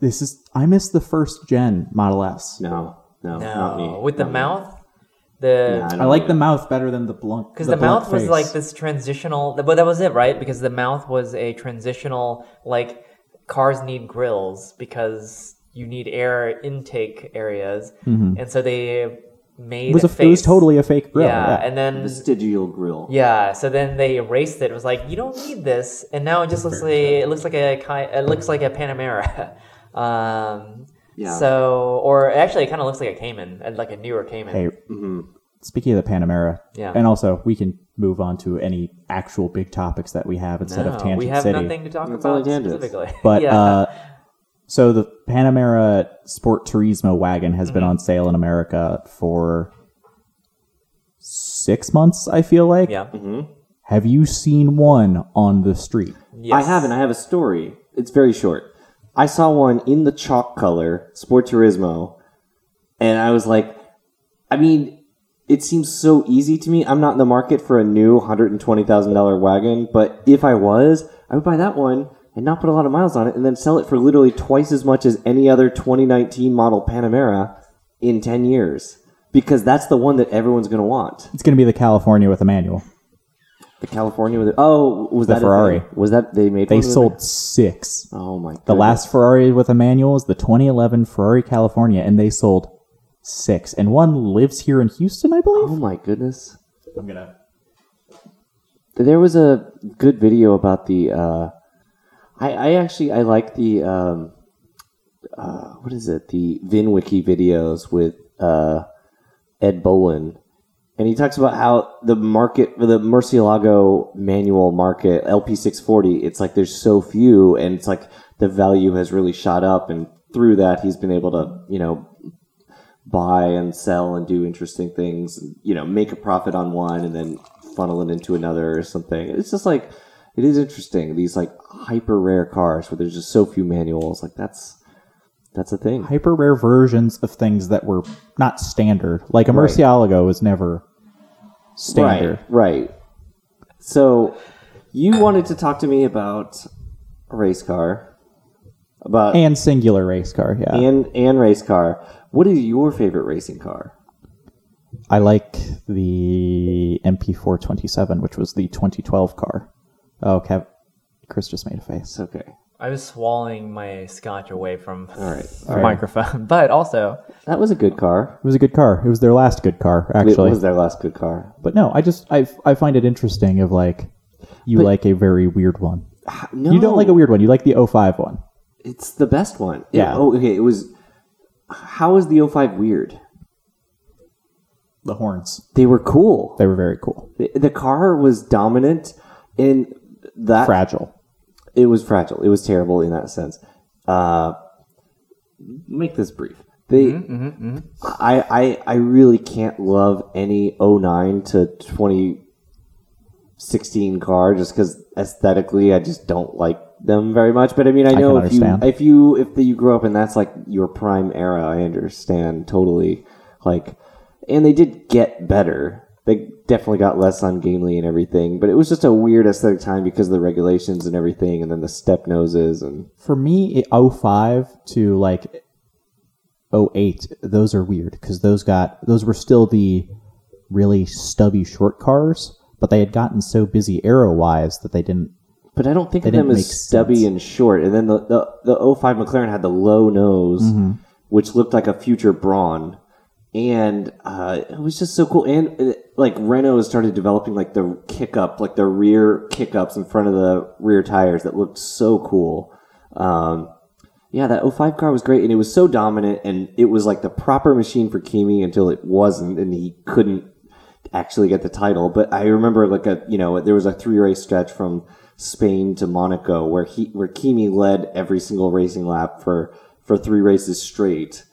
S4: this is I miss the first gen Model S.
S3: No, no,
S2: No,
S3: not me.
S2: with the mouth.
S3: Yeah,
S5: The
S3: don't
S4: I like
S3: know.
S4: the mouth better than the blunt.
S5: because the,
S4: the blunt
S5: mouth was
S4: face.
S5: like this transitional. But that was it, right? Because the mouth was a transitional like cars need grills because you need air intake areas, and so they made
S4: Mm-hmm. It was,
S5: a
S4: a,
S5: face.
S4: it was totally a fake grill.
S5: yeah,
S4: yeah.
S5: and then
S3: Vestigial grill.
S5: Yeah, so then they erased it. It was like you don't need this, and now it just looks like it looks like a ki- it looks like a Panamera. um,
S3: Yeah.
S5: So, or actually, it kind of looks like a Cayman, uh, like a newer Cayman.
S4: Hey,
S3: Mm-hmm.
S4: speaking of the Panamera,
S5: Yeah.
S4: and also we can move on to any actual big topics that we have instead of
S5: No,
S4: Tangent
S5: Oh, we have
S4: City.
S5: nothing to talk
S3: That's all
S5: about
S3: tangents.
S5: specifically.
S4: But
S5: yeah,
S4: uh, so the Panamera Sport Turismo wagon has
S5: Mm-hmm.
S4: been on sale in America for six months. I feel like.
S5: yeah,
S3: Mm-hmm.
S4: Have you seen one on the street?
S5: yes.
S3: I haven't. I have a story. It's very short. I saw one in the chalk color, Sport Turismo, and I was like, I mean, it seems so easy to me. I'm not in the market for a new $120,000 wagon, but if I was, I would buy that one and not put a lot of miles on it and then sell it for literally twice as much as any other 2019 model Panamera in 10 years because that's the one that everyone's going to want.
S4: It's going to be the California with a manual.
S3: The California with Oh, was
S4: The
S3: that a
S4: Ferrari.
S3: thing? Was that they made
S4: They
S3: one of them?
S4: sold six.
S3: Oh my god.
S4: The last Ferrari with a manual is the 2011 Ferrari California, and they sold six. And one lives here in Houston, I believe.
S3: Oh my goodness.
S4: I'm gonna.
S3: There was a good video about the. Uh, I I actually I like the um, uh, what is it the VinWiki videos with uh, Ed Bolin, and he talks about how the market for the Murcielago manual market LP six forty. It's like there's so few, and it's like the value has really shot up, and through that he's been able to you know buy and sell and do interesting things and, you know make a profit on one and then funnel it into another or something it's just like it is interesting these like hyper rare cars where there's just so few manuals like that's that's a thing
S4: Hyper rare versions of things that were not standard. Like a Murcielago was never standard.
S3: right right so you wanted to talk to me about a race car about and,
S4: And singular race car, yeah.
S3: and race car what is your favorite racing car
S4: I like the MP427, which was the 2012 car. Oh, Kev, Chris just made a face.
S3: it's okay
S5: I was swallowing my scotch away from
S3: all right
S5: the microphone, but also
S3: that was a good car
S4: It was a good car. It was their last good car, actually.
S3: it was their last good car
S4: But no, I just I I find it interesting. Of like, you like a very weird one.
S3: no.
S4: You don't like a weird one. You like the 05 one.
S3: It's the best one. It-
S4: Yeah.
S3: oh, okay. It was. How is the 05 weird?
S4: The horns.
S3: They were cool.
S4: They were very cool.
S3: The, the car was dominant in that.
S4: Fragile.
S3: it was fragile. It was terrible in that sense. Uh, make this brief. They,
S4: Mm-hmm,
S3: I, I, I really can't love any 09 to 2016 car just because aesthetically I just don't like them very much. But I mean, I
S4: can
S3: know if you,
S4: understand.
S3: if you, if you grew up and that's like your prime era, I understand totally. Like, and they did get better. They definitely got less ungainly and everything, but it was just a weird aesthetic time because of the regulations and everything, and then the step noses and
S4: For me, it, 05 to like 08, those are weird because those got those were still the really stubby short cars, but they had gotten so busy arrow wise that they didn't.
S3: But I don't think
S4: They
S3: of them
S4: didn't
S3: as
S4: make
S3: stubby
S4: sense.
S3: and short. And then the, the, the 05 McLaren had the low nose,
S4: Mm-hmm.
S3: which looked like a future Braun. And uh, it was just so cool. And uh, like Renault started developing like the kick up, like the rear kick ups in front of the rear tires that looked so cool. Um, yeah, that 05 car was great. And it was so dominant. And it was like the proper machine for Kimi until it wasn't. And he couldn't actually get the title. But I remember like a you know there was a three race stretch from Spain to Monaco where he where Kimi led every single racing lap for for three races straight.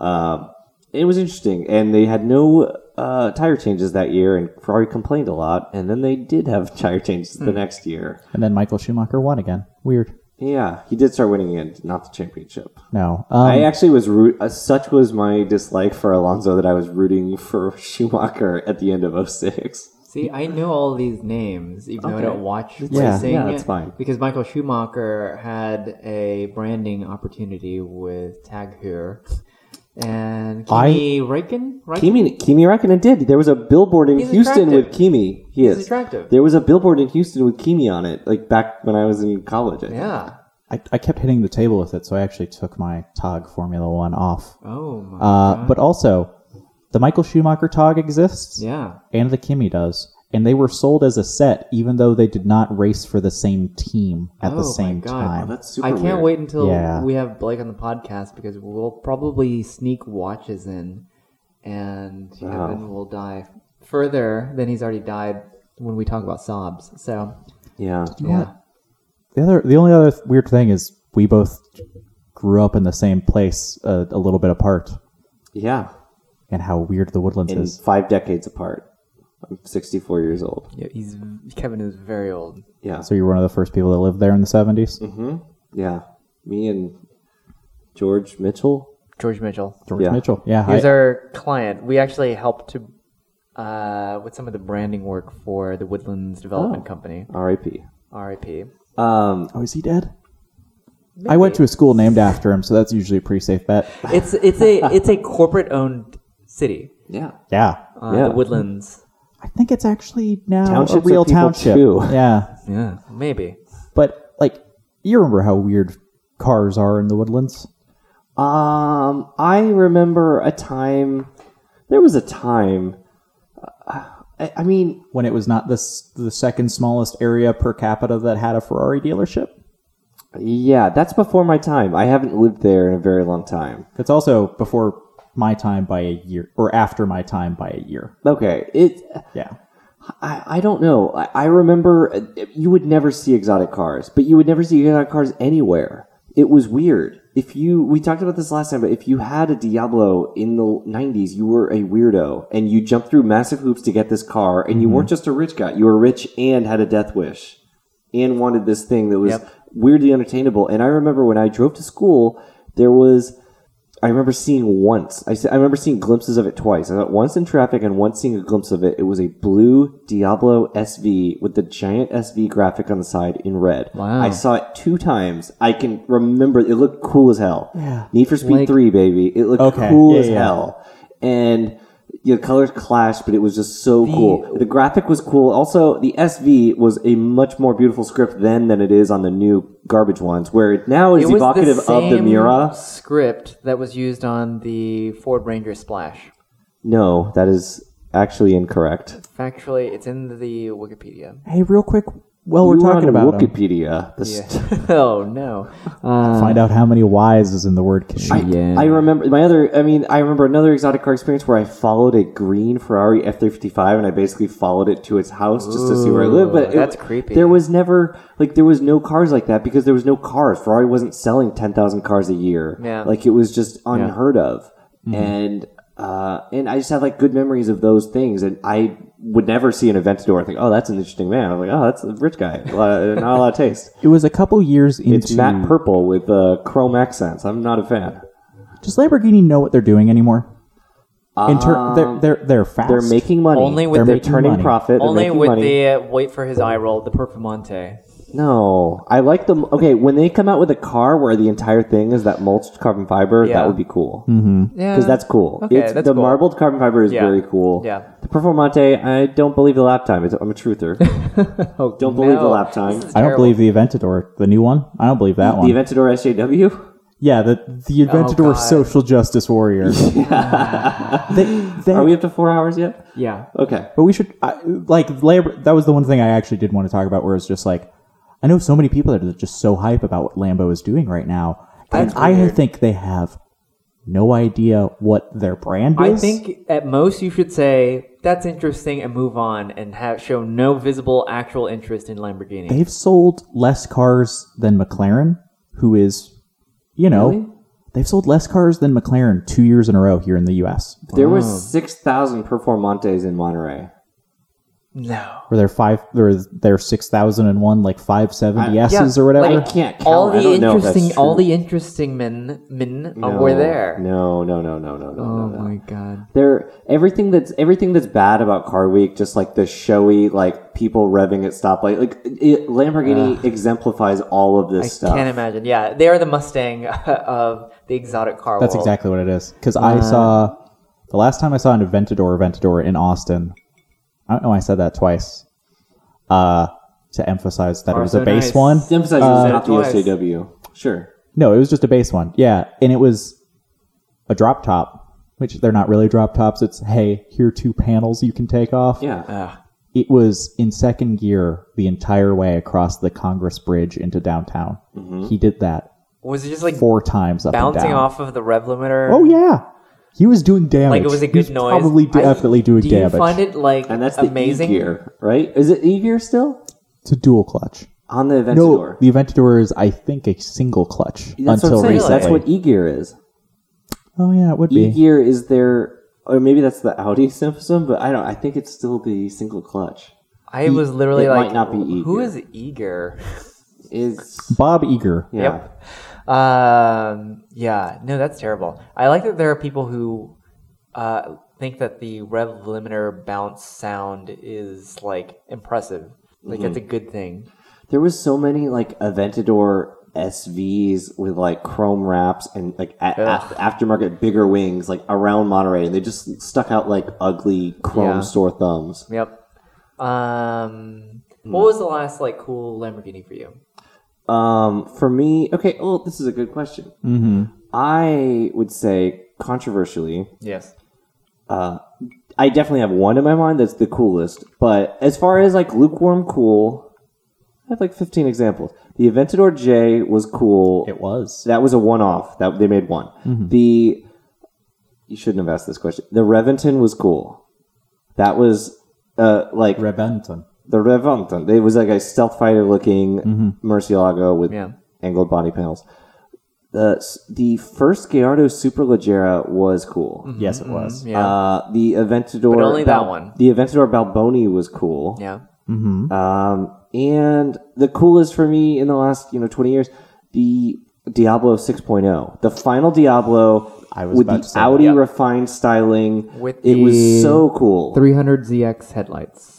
S3: Um, it was interesting, and they had no uh, tire changes that year, and Ferrari complained a lot. And then they did have tire changes the next year.
S4: And then Michael Schumacher won again. Weird.
S3: Yeah, he did start winning again, not the championship.
S4: No. Um,
S3: I actually was root. Uh, such was my dislike for Alonso that I was rooting for Schumacher at the end of 06.
S2: See, I know all these names, even though I don't watch
S4: yeah,
S2: racing.
S3: yeah, that's fine.
S2: Because Michael Schumacher had a branding opportunity with Tag Heuer, And
S4: I-
S2: Kimi Räikkönen? Räikkönen?
S3: Kimi, Kimi Räikkönen did. There was a billboard in
S2: He's
S3: Houston
S2: attractive.
S3: with Kimi. He is.
S2: attractive.
S3: There was a billboard in Houston with Kimi on it, like back when I was in college. I think.
S2: Yeah.
S4: I, I kept hitting the table with it, so I actually took my TOG Formula One off.
S2: Oh my.
S4: Uh, but also, the Michael Schumacher TOG exists,
S2: yeah.
S4: and the Kimi does, and they were sold as a set, even though they did not race for the same team at
S2: Oh my
S4: the same
S2: God.
S4: time.
S3: That's super
S2: I can't
S3: weird.
S2: wait until
S4: Yeah.
S2: we have Blake on the podcast because we'll probably sneak watches in, and
S3: Wow.
S2: Kevin will die further than he's already died when we talk about sobs. So
S3: Yeah.
S2: yeah,
S4: The other, the only other weird thing is we both grew up in the same place, uh, a little bit apart,
S3: Yeah.
S4: and how weird the Woodlands
S3: And
S4: is.
S3: five decades apart. I'm 64 years old.
S2: yeah he's Kevin is very old.
S3: Yeah.
S4: So you're one of the first people that lived there in the 70s.
S3: Yeah. Me and George Mitchell.
S2: George Mitchell.
S4: George
S3: Yeah.
S4: Mitchell. Yeah,
S2: He was
S4: I-
S2: our client. We actually helped to uh, with some of the branding work for the Woodlands Development Company.
S3: R.I.P.
S2: R.I.P.
S3: Um,
S4: Oh, is he dead? I went to a school named after him, so that's usually a pretty safe bet.
S2: It's it's a it's a corporate owned city.
S3: yeah.
S4: Yeah.
S2: Uh,
S3: Yeah.
S2: The Woodlands.
S4: I think it's actually now a
S3: Townships are
S4: real
S3: people
S4: township.
S3: too.
S4: Yeah.
S2: Yeah, maybe.
S4: But, like, you remember how weird cars are in the woodlands?
S3: Um, I remember a time. There was a time. Uh, I, I mean,
S4: When it was not the, s- the second smallest area per capita that had a Ferrari dealership?
S3: yeah, that's before my time. I haven't lived there in a very long time.
S4: It's also before my time by a year, or after my time by a year.
S3: Okay, it.
S4: Yeah.
S3: I, I don't know. I, I remember uh, you would never see exotic cars, but you would never see exotic cars anywhere. It was weird. If you, we talked about this last time, but if you had a Diablo in the 90s, you were a weirdo and you jumped through massive hoops to get this car and you weren't just a rich guy. You were rich and had a death wish and wanted this thing that was
S2: Yep.
S3: weirdly unattainable. And I remember when I drove to school, there was, I remember seeing once. I, s- I remember seeing glimpses of it twice. I thought once in traffic and once seeing a glimpse of it. It was a blue Diablo SV with the giant SV graphic on the side in red.
S2: Wow.
S3: I saw it two times. I can remember. It looked cool as hell.
S4: Yeah.
S3: Need for Speed
S2: Like-
S3: Three, baby. It looked
S4: Okay.
S3: cool
S4: Yeah,
S3: as
S4: yeah.
S3: hell. And the colors clashed, but it was just so cool. The graphic was cool. Also, the SV was a much more beautiful script then than it is on the new garbage ones, where it now is
S2: It was the
S3: evocative of the
S2: same
S3: Mura.
S2: script that was used on the Ford Ranger Splash.
S3: No, that is actually incorrect.
S2: Factually, it's in the Wikipedia.
S4: Hey, real quick, while we're
S3: You were
S4: talking
S3: on
S4: about 'em,
S3: Wikipedia. The st-
S2: oh no!
S4: find out how many Y's is in the word Kishi.
S2: yeah,
S3: I remember my other. I mean, I remember another exotic car experience where I followed a green Ferrari F three fifty five, and I basically followed it to its house just to see where it lived. But it-
S2: that's creepy.
S3: There was never like there was no cars like that because there was no cars. Ferrari wasn't selling ten thousand cars a year.
S2: Yeah. Mm-hmm.
S3: like it was just unheard of. And uh, and I just have like good memories of those things. And I would never see an Aventador and think, oh, that's an interesting man. I'm like, oh, that's a rich guy. A lot of- not a lot of taste.
S4: It was a couple years into.
S3: It's matte purple with uh, chrome accents. I'm not a fan.
S4: Does Lamborghini know what they're doing anymore? In ter- they're, they're they're
S3: Um,
S4: fast.
S3: They're making money.
S2: Only with
S3: they're
S2: the-
S3: making turning
S4: money.
S3: profit. They're
S5: Only
S3: making
S5: with
S3: money.
S5: the uh, wait for his eye roll, the Performante.
S3: no. I like them. Okay, when they come out with a car where the entire thing is that mulched carbon fiber, that would be cool.
S5: Mm-hmm.
S3: Because
S2: yeah.
S3: that's cool.
S2: Okay,
S3: It's-
S2: that's
S3: the
S2: cool.
S3: marbled carbon fiber is
S5: Yeah.
S3: very cool.
S5: Yeah.
S3: The Performante, I don't believe the lap time. It's, I'm a truther. don't believe the
S2: no.
S3: lap time.
S4: I don't believe the Aventador, the new one. I don't believe that
S3: The
S4: one.
S3: Aventador SJW.
S4: yeah, the the Aventador
S2: Oh, God.
S4: social justice warrior. they, they,
S3: Are we up to four hours yet?
S2: yeah.
S3: Okay.
S4: but we should I, like Lamb. That was the one thing I actually did want to talk about, where it's just like I know so many people that are just so hype about what Lambo is doing right now, and I think they have no idea what their brand
S2: I
S4: is.
S2: think at most you should say that's interesting and move on, and have show no visible actual interest in Lamborghini.
S4: they've sold less cars than McLaren, who is, you know, they've sold less cars than McLaren two
S5: Oh.
S4: years in a row here in the U.S.
S3: There was 6,000 Performantes in Monterey.
S5: No.
S4: Were there five? There was there six thousand and one like five seventy S's or whatever.
S3: I can't count.
S5: All
S3: I
S5: the
S3: don't know if that's
S5: interesting, all
S3: true.
S5: the interesting men, men uh,
S3: No,
S5: were there.
S3: No, no, no, no, no, no,
S2: Oh
S3: no, no.
S2: my god.
S3: They're everything that's everything that's bad about Car Week, just like the showy, like people revving at stoplight. Like it, Lamborghini exemplifies all of this
S5: I
S3: stuff.
S5: can't imagine. Yeah, they are the Mustang of the exotic car
S2: oh.
S4: That's
S5: world.
S4: exactly what it is. Because
S2: Uh.
S4: I saw the last time I saw an Aventador Aventador in Austin. I don't know. why I said that twice uh, to emphasize that it was
S2: Oh, so
S4: a base
S2: nice.
S4: one.
S3: It emphasizes it's not the
S5: Uh, twice.
S3: SJW. Sure.
S4: No, it was just a base one. Yeah, and it was a drop top, which they're not really drop tops. It's hey, here are two panels you can take off.
S3: Yeah.
S5: Uh,
S4: It was in second gear the entire way across the Congress Bridge into downtown.
S2: Mm-hmm.
S4: He did that
S5: Was it just like
S4: four times up and
S5: bouncing
S4: down.
S5: off of the rev limiter?
S4: Oh yeah, he was doing
S5: Like
S4: damage.
S5: it was a
S4: He
S5: good noise.
S4: Probably
S5: I-
S4: definitely doing
S5: do
S4: damage.
S5: you find it like
S3: and that's the
S5: amazing?
S3: E gear, right? Is it E gear still
S4: it's a dual clutch.
S3: on the Aventador?
S4: No, the Aventador is I think a single clutch
S3: that's
S4: until
S3: what I'm saying.
S4: recently.
S3: That's what E gear is.
S4: oh yeah, it would
S3: E
S4: be.
S3: gear is their, or maybe that's the Audi system, but I don't. I think it's still the single clutch.
S5: I was literally
S3: it
S5: like,
S3: might not be E
S5: who
S3: gear.
S5: is eager?
S3: Is
S4: Bob Eager.
S3: yeah.
S5: Yep. Um, yeah. No, that's terrible. I like that there are people who uh, think that the rev limiter bounce sound is like impressive. Like that's a
S3: Mm-hmm.
S5: good thing.
S3: There was so many like Aventador SVs with like chrome wraps and like a- a- aftermarket bigger wings like around Monterey, and they just stuck out like ugly chrome
S5: Yeah.
S3: store thumbs.
S5: Yep. Um,
S3: Hmm.
S5: what was the last like cool Lamborghini for you?
S3: Um, for me, okay. Well, this is a good question. Mm-hmm. I would say controversially,
S5: Yes.
S3: I definitely have one in my mind that's the coolest. But as far as like lukewarm cool, I have like 15 examples. The Aventador J was cool.
S4: It was.
S3: That was a one-off. That they made one.
S5: Mm-hmm.
S3: The you shouldn't have asked this question. The Reventon was cool. That was uh like
S4: Rebenton.
S3: the Reventon. It was like a stealth fighter looking Murcielago with
S5: Mm-hmm. Yeah.
S3: angled body panels. The the first Gallardo Superleggera was cool.
S4: Yes, it was.
S5: Yeah.
S3: Uh, the Aventador,
S5: Mm. But only that one.
S3: The Aventador Balboni was cool.
S5: yeah.
S3: Um, and the coolest for me in the last you know twenty years, the Diablo 6.0, the final Diablo
S4: I was
S3: with
S4: about
S3: the
S4: to say that.
S3: Audi
S5: Yeah.
S3: refined styling.
S5: With
S3: it was
S2: the
S3: so cool.
S2: 300ZX headlights.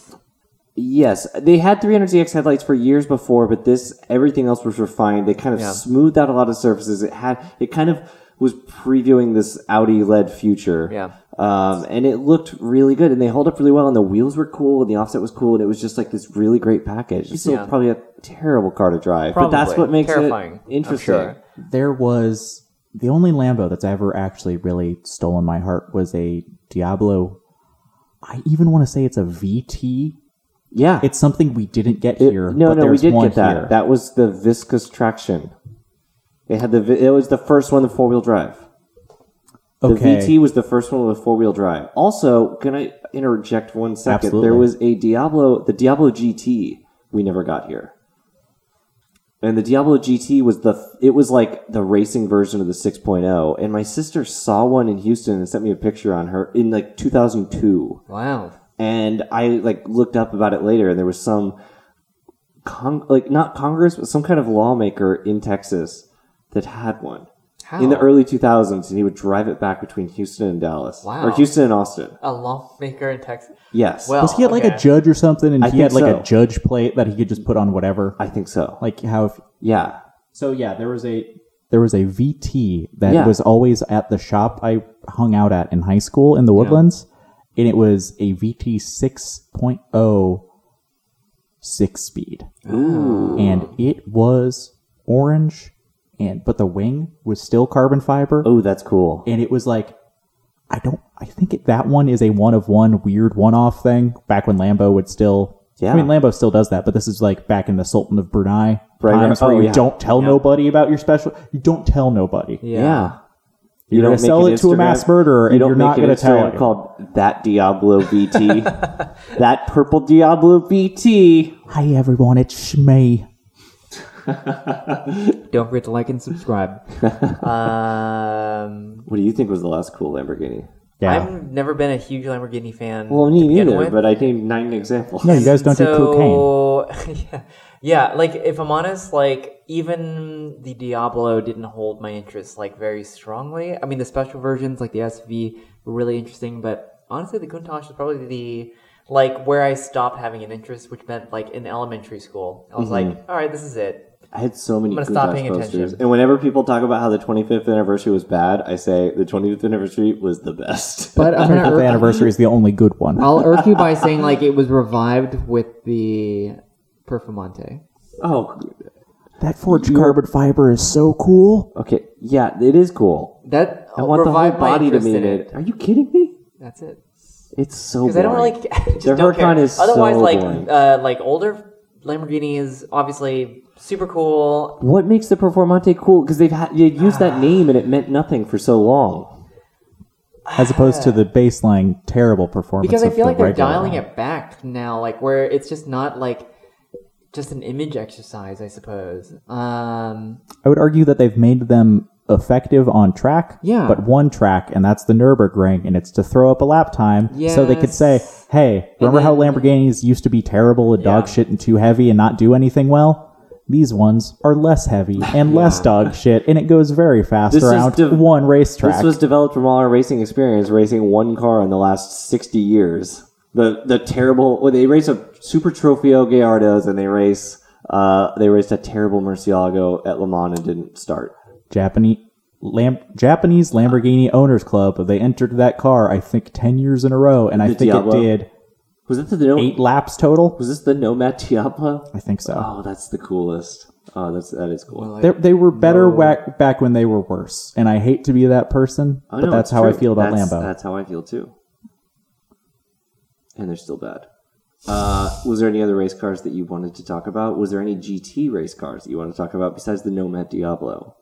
S3: Yes, they had 300ZX headlights for years before, but this everything else was refined. They kind of smoothed out a lot of surfaces. It had it kind of was previewing this Audi led future.
S5: Yeah.
S3: Um, and it looked really good, and they held up really well, and the wheels were cool, and the offset was cool, and it was just like this really great package. It's still
S5: Yeah.
S3: probably a terrible car to drive, but that's
S5: Probably.
S3: what makes
S5: Terrifying,
S3: it interesting.
S5: I'm sure.
S4: There was the only Lambo that's ever actually really stolen my heart was a Diablo. I even want to say it's a VT.
S3: Yeah,
S4: It's something we didn't get
S3: It-
S4: here.
S3: no,
S4: but
S3: no, we
S4: there's
S3: did
S4: one
S3: get that.
S4: here.
S3: That was the viscous traction. It had the. vi- It was the first one, the four wheel drive.
S4: okay.
S3: The VT was the first one with four wheel drive. Also, can I interject one second?
S4: Absolutely.
S3: There was a Diablo, the Diablo GT we never got here. And the Diablo GT was the it was like the racing version of the 6.0 and my sister saw one in Houston and sent me a picture on her in like 2002
S5: Wow.
S3: and I like looked up about it later, and there was some, con- like not Congress, but some kind of lawmaker in Texas that had one
S5: How?
S3: in the early 2000s, and he would drive it back between Houston and Dallas,
S5: Wow.
S3: or Houston and Austin.
S5: A lawmaker in Texas.
S3: Yes,
S5: Well,
S4: was he at like a
S5: okay.
S4: judge or something, and
S3: I
S4: he had
S3: think
S4: like
S3: so.
S4: a judge plate that he could just put on whatever,
S3: I think so.
S4: like how if
S3: yeah,
S4: So yeah, there was a there was a VT that
S3: Yeah.
S4: was always at the shop I hung out at in high school in the Woodlands, and it was a VT 6.0 six speed, and it was orange, and but the wing was still carbon fiber,
S3: oh, that's cool.
S4: and it was like. I don't. I think it, that one is a one of one weird one off thing. Back when Lambo would still,
S3: Yeah.
S4: I mean Lambo still does that, but this is like back in the Sultan of Brunei
S3: Right, right.
S4: times where
S3: Oh,
S4: you
S3: yeah.
S4: don't tell nobody about your special. You don't tell nobody.
S3: yeah.
S4: You're gonna
S3: make
S4: sell
S3: an
S4: it to a mass
S3: Instagram-
S4: murderer, and
S3: don't
S4: you're not
S3: make an
S4: gonna tell
S3: Instagram
S4: it.
S3: Called that Diablo VT, that purple Diablo VT.
S4: Hi everyone, it's me.
S2: Don't forget to like and subscribe.
S5: Um,
S3: What do you think was the last cool Lamborghini?
S4: Yeah.
S2: I've never been a huge Lamborghini fan.
S3: Well,
S2: to
S3: me
S2: begin
S3: neither,
S2: with.
S3: but I named nine examples.
S4: no, you guys don't do cocaine.
S2: so, yeah, yeah, like if I'm honest, like even the Diablo didn't hold my interest like very strongly. I mean, the special versions like the SV were really interesting, but honestly, the Countach is probably the like where I stopped having an interest, which meant like in elementary school, I was like, all right, this is it.
S3: I had so many
S2: I'm gonna stop
S3: Countach
S2: paying
S3: posters.
S2: attention.
S3: And whenever people talk about how the 25th anniversary was bad, I say the 25th anniversary was the best.
S6: But I'm gonna
S4: The
S6: irk,
S4: anniversary is the only good one.
S6: I'll irk you by saying like it was revived with the Performante.
S3: oh,
S4: that forged carbon fiber is so cool.
S3: okay. Yeah, it is cool.
S6: That
S3: I want the whole
S6: revived my
S3: body to
S6: interest
S3: be in
S6: in
S3: it. Are you kidding me?
S6: That's it.
S3: It's so.
S2: Because I don't
S3: boring.
S2: like I just
S3: The
S2: don't care.
S3: Huracan is so
S2: Otherwise, like
S3: boring.
S2: uh, like older Lamborghini is obviously super cool.
S3: What makes the Performante cool? Because they've had they used that
S2: Ah.
S3: name and it meant nothing for so long.
S4: As opposed to the baseline terrible performance.
S6: Because I
S4: of
S6: feel
S4: the
S6: like they're
S4: regular
S6: dialing
S4: one.
S6: it back now, like where it's just not like just an image exercise, I suppose. Um,
S4: I would argue that they've made them effective on track,
S6: Yeah.
S4: but one track, and that's the Nurburgring, and it's to throw up a lap time so they could say,
S6: Yes.
S4: hey, remember how Lamborghinis used to be terrible and dog shit and too heavy and not do anything well? These ones are less heavy and less dog shit, and it goes very fast
S3: This is
S4: around
S3: div-
S4: one racetrack.
S3: This was developed from all our racing experience, racing one car in the last sixty years. The the terrible. Well, they race a Super Trofeo Gallardos and they race. Uh, they raced a terrible Murcielago at Le Mans and didn't start.
S4: Japanese. Lam- Japanese Lamborghini Owners Club. They entered that car, I think, ten years in a row, and I
S3: The
S4: think
S3: Diablo?
S4: it did
S3: Was this the no,
S4: eight laps total.
S3: Was this the Nomad Diablo?
S4: I think so.
S3: Oh, that's the coolest. Oh, that's that is cool.
S4: They, they were better whack, back when they were worse, and I hate to be that person,
S3: Oh,
S4: but
S3: no,
S4: that's
S3: it's
S4: how I
S3: true.
S4: feel about
S3: That's-
S4: Lambo.
S3: That's how I feel too. And they're still bad. Uh, was there any other race cars that you wanted to talk about? Was there any GT race cars that you wanted to talk about besides the Nomad Diablo?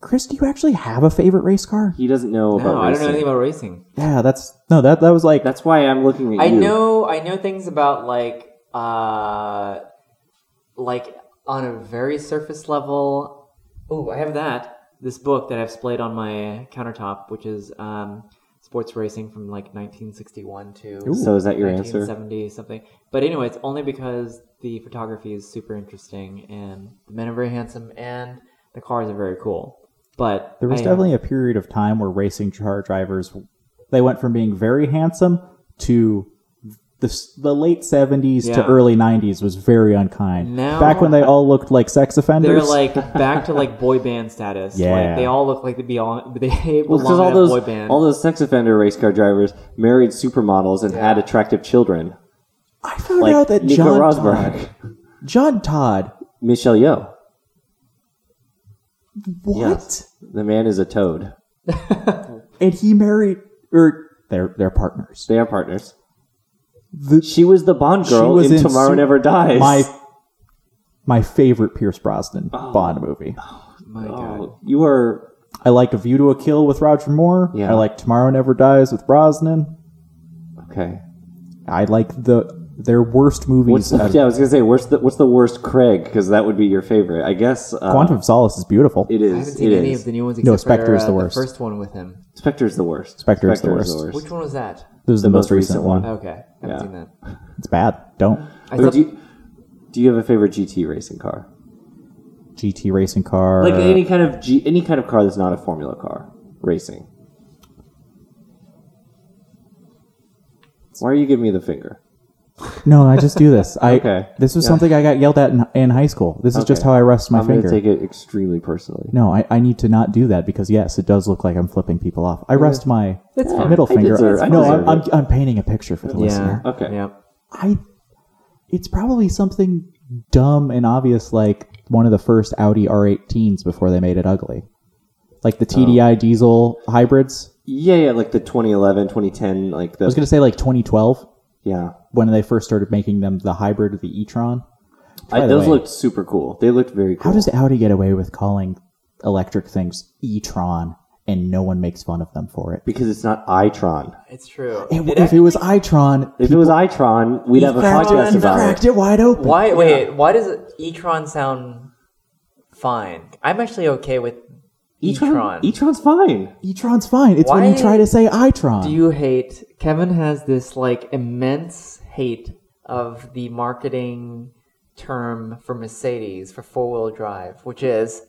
S4: Chris, do you actually have a favorite race car?
S3: He doesn't know about.
S6: no, oh, I don't know
S3: racing.
S6: anything about racing.
S4: Yeah, that's no that that was like
S3: That's why I'm looking at
S2: I
S3: you.
S2: know I know things about like uh like on a very surface level. Oh, I have that. This book that I've displayed on my countertop, which is um, sports racing from like 1961 to
S3: So is that your answer?
S2: 1970 something. But anyway, it's only because the photography is super interesting and the men are very handsome and the cars are very cool. But
S4: there was
S2: I-
S4: definitely a period of time where racing car drivers they went from being very handsome to the, s- the late 70s to
S2: Yeah.
S4: early 90s was very unkind.
S2: Now-
S4: back when they all looked like sex
S2: They're
S4: offenders.
S2: like back to like boy band status.
S4: Yeah.
S2: Like they all look like they belong. They
S3: Well,
S2: belong
S3: because
S2: in
S3: all
S2: a
S3: those
S2: boy band.
S3: all those sex offender race car drivers married supermodels and had attractive children,
S4: I found
S3: like
S4: out that
S3: Nico
S4: John Todd,
S3: Rosberg,
S4: John Todd,
S3: Michelle Yeoh.
S4: what?
S3: Yes. The man is a toad.
S4: And he married or they're they're partners.
S3: They are partners.
S4: The-
S3: She was the Bond
S4: She
S3: girl
S4: was
S3: in
S4: in
S3: Tomorrow
S4: Sup-
S3: Never Dies.
S4: my my favorite Pierce Brosnan Bond movie.
S6: My God.
S3: Oh, you are
S4: I like A View to a Kill with Roger Moore.
S3: Yeah.
S4: I like Tomorrow Never Dies with Brosnan.
S3: okay.
S4: I like the their worst
S3: What's
S4: movies.
S3: the,
S4: Uh,
S3: yeah, I was gonna say, what's the what's the worst Craig? Because that would be your favorite, I guess. Uh,
S4: Quantum of Solace is beautiful.
S3: It
S2: I
S3: is.
S2: haven't
S3: It
S2: seen any of
S3: is.
S2: the new ones. Except
S4: No,
S2: for,
S4: Spectre is
S2: uh,
S4: the worst.
S2: first one with him.
S3: Spectre's the worst.
S4: Spectre is the worst.
S2: Which one was that?
S4: this is the, most recent one.
S2: Okay, I haven't
S3: Yeah.
S2: seen that.
S4: It's bad. Don't
S2: I
S3: But
S2: thought,
S3: do, you, do you have a favorite GT racing car?
S4: GT racing car.
S3: Like any kind of G, any kind of car that's not a Formula car racing. Why are you giving me the finger?
S4: no, I just do this. I
S3: Okay.
S4: this was something I got yelled at in, in high school. This is just
S3: Okay.
S4: how I rest my
S3: I'm
S4: finger.
S3: gonna take it extremely personally.
S4: no, I, I need to not do that because yes, it does look like I'm flipping people off. I rest my middle
S3: I
S4: finger.
S3: deserve- I
S4: no,
S3: deserve
S4: I'm, I'm
S3: it.
S4: I'm painting a picture for the listener.
S6: Yeah.
S3: Okay.
S6: Yeah.
S4: I it's probably something dumb and obvious like one of the first Audi R18s before they made it ugly. Like the
S3: Oh.
S4: TDI diesel hybrids.
S3: Yeah, yeah, like the 2011, 2010, like
S4: I was
S3: the
S4: going to say like 2012
S3: yeah.
S4: when they first started making them the hybrid of the e-tron.
S3: I,
S4: the
S3: those
S4: way-
S3: looked super cool. They looked very cool.
S4: How does Audi get away with calling electric things e-tron and no one makes fun of them for it?
S3: because it's not iTron.
S2: it's true.
S4: It-
S2: It
S4: if
S2: actually-
S4: it was e-tron,
S3: If it was iTron, we'd have a
S4: cracked
S3: podcast
S4: it,
S3: about
S4: cracked
S3: it.
S4: it wide open.
S2: why? Wait, why does e-tron sound fine? I'm actually okay with
S3: E-tron.
S2: E-tron.
S3: E-tron's fine.
S4: E-tron's fine. It's when
S2: Why
S4: you try to say I-tron.
S7: Do you hate Kevin has this like immense hate of the marketing term for Mercedes for four-wheel drive, which is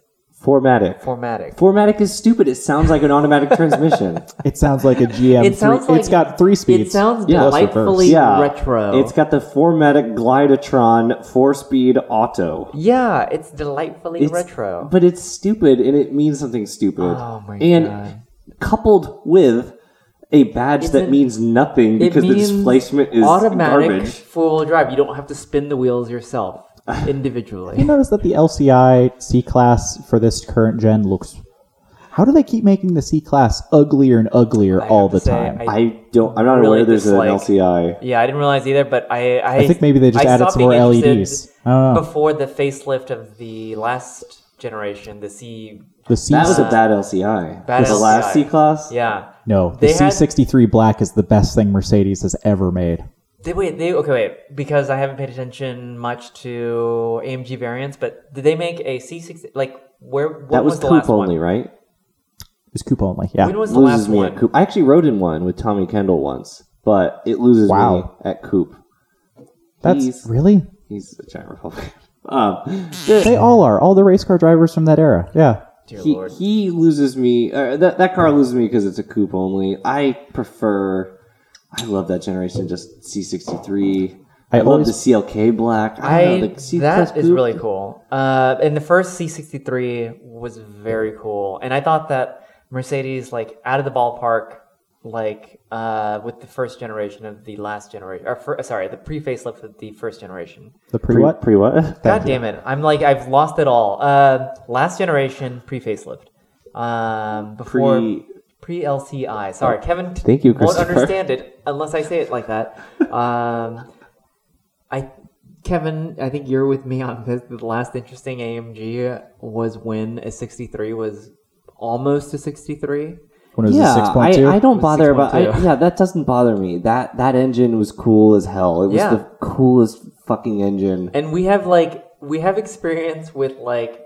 S3: Formatic.
S2: Formatic.
S3: Formatic is stupid. It sounds like an automatic transmission.
S4: It sounds like a GM.
S7: It sounds
S4: three-
S7: like-
S4: it's got three speeds.
S7: it sounds
S4: plus reverse.
S7: delightfully
S3: Yeah.
S7: retro.
S3: It's got the Formatic Glidetron four-speed auto.
S2: Yeah, it's delightfully
S3: It's-
S2: retro.
S3: But it's stupid and it means something stupid.
S2: Oh my
S3: and
S2: God.
S3: coupled with a badge
S2: It's
S3: that
S2: an-
S3: means nothing because the
S2: means
S3: displacement is
S2: automatic
S3: garbage.
S2: four-wheel drive. You don't have to spin the wheels yourself
S4: You
S2: individually.
S4: notice that the LCI C class for this current gen looks. How do they keep making the C class uglier and uglier all
S2: have to
S4: the
S2: say,
S4: time?
S2: I-
S3: I don't. I'm not
S2: Really
S3: aware there's
S2: dislike-
S3: an LCI.
S2: yeah, I didn't realize either, but I I,
S4: I think maybe they just added
S2: stopped
S4: some more
S2: being interested
S4: LEDs. I don't know.
S2: Before the facelift of the last generation, the C.
S4: the C
S3: That was a bad LCI.
S2: Bad
S3: the last
S2: LCI.
S3: C class.
S2: Yeah.
S4: no the
S2: They had-
S4: C63 Black is the best thing Mercedes has ever made.
S2: They wait. They okay. Wait, because I haven't paid attention much to AMG variants, but did they make a C six? Like where? What
S3: that was,
S2: was, the last
S3: coupe only,
S2: One?
S3: right?
S4: It's coupe only. Yeah,
S2: When was the last
S3: loses me
S2: one?
S3: at coupe. I actually rode in one with Tommy Kendall once, but it loses
S4: Wow.
S3: me at coupe.
S4: that's
S3: He's,
S4: really.
S3: he's a giant Republican. Um,
S4: They all are. All the race car drivers from that era. Yeah.
S2: Dear
S3: he,
S2: Lord.
S3: he loses me. Uh, that that car loses me because it's a coupe only. I prefer. I love that generation. Just C63.
S4: I
S3: I, love
S4: always-
S3: the CLK black. I,
S2: I
S3: don't know, the C
S2: that
S3: Coupe-
S2: is really cool. Uh, and the first C63 was very cool, and I thought that Mercedes like out of the ballpark, like uh, with the first generation of the last generation, or fir- sorry, the pre facelift of the first generation.
S4: The pre
S3: Pre
S4: what?
S3: Pre what?
S2: God damn it! I'm like I've lost it all. Uh, last generation pre facelift, um, before
S3: Pre- Oh,
S2: pre LCI. Sorry, Kevin. t-
S3: Thank you,
S2: Won't
S3: Christopher.
S2: understand it unless I say it like that. Um,
S7: I Kevin, I think you're with me on this. The last interesting AMG was when a 63 was almost a 63.
S4: When it was
S3: yeah,
S4: a six point two.
S3: I, I don't
S7: It was
S3: bother about. I,
S7: 6.2.
S3: yeah, that doesn't bother me. That that engine was cool as hell. It was
S2: Yeah.
S3: the coolest fucking engine.
S7: And we have like we have experience with like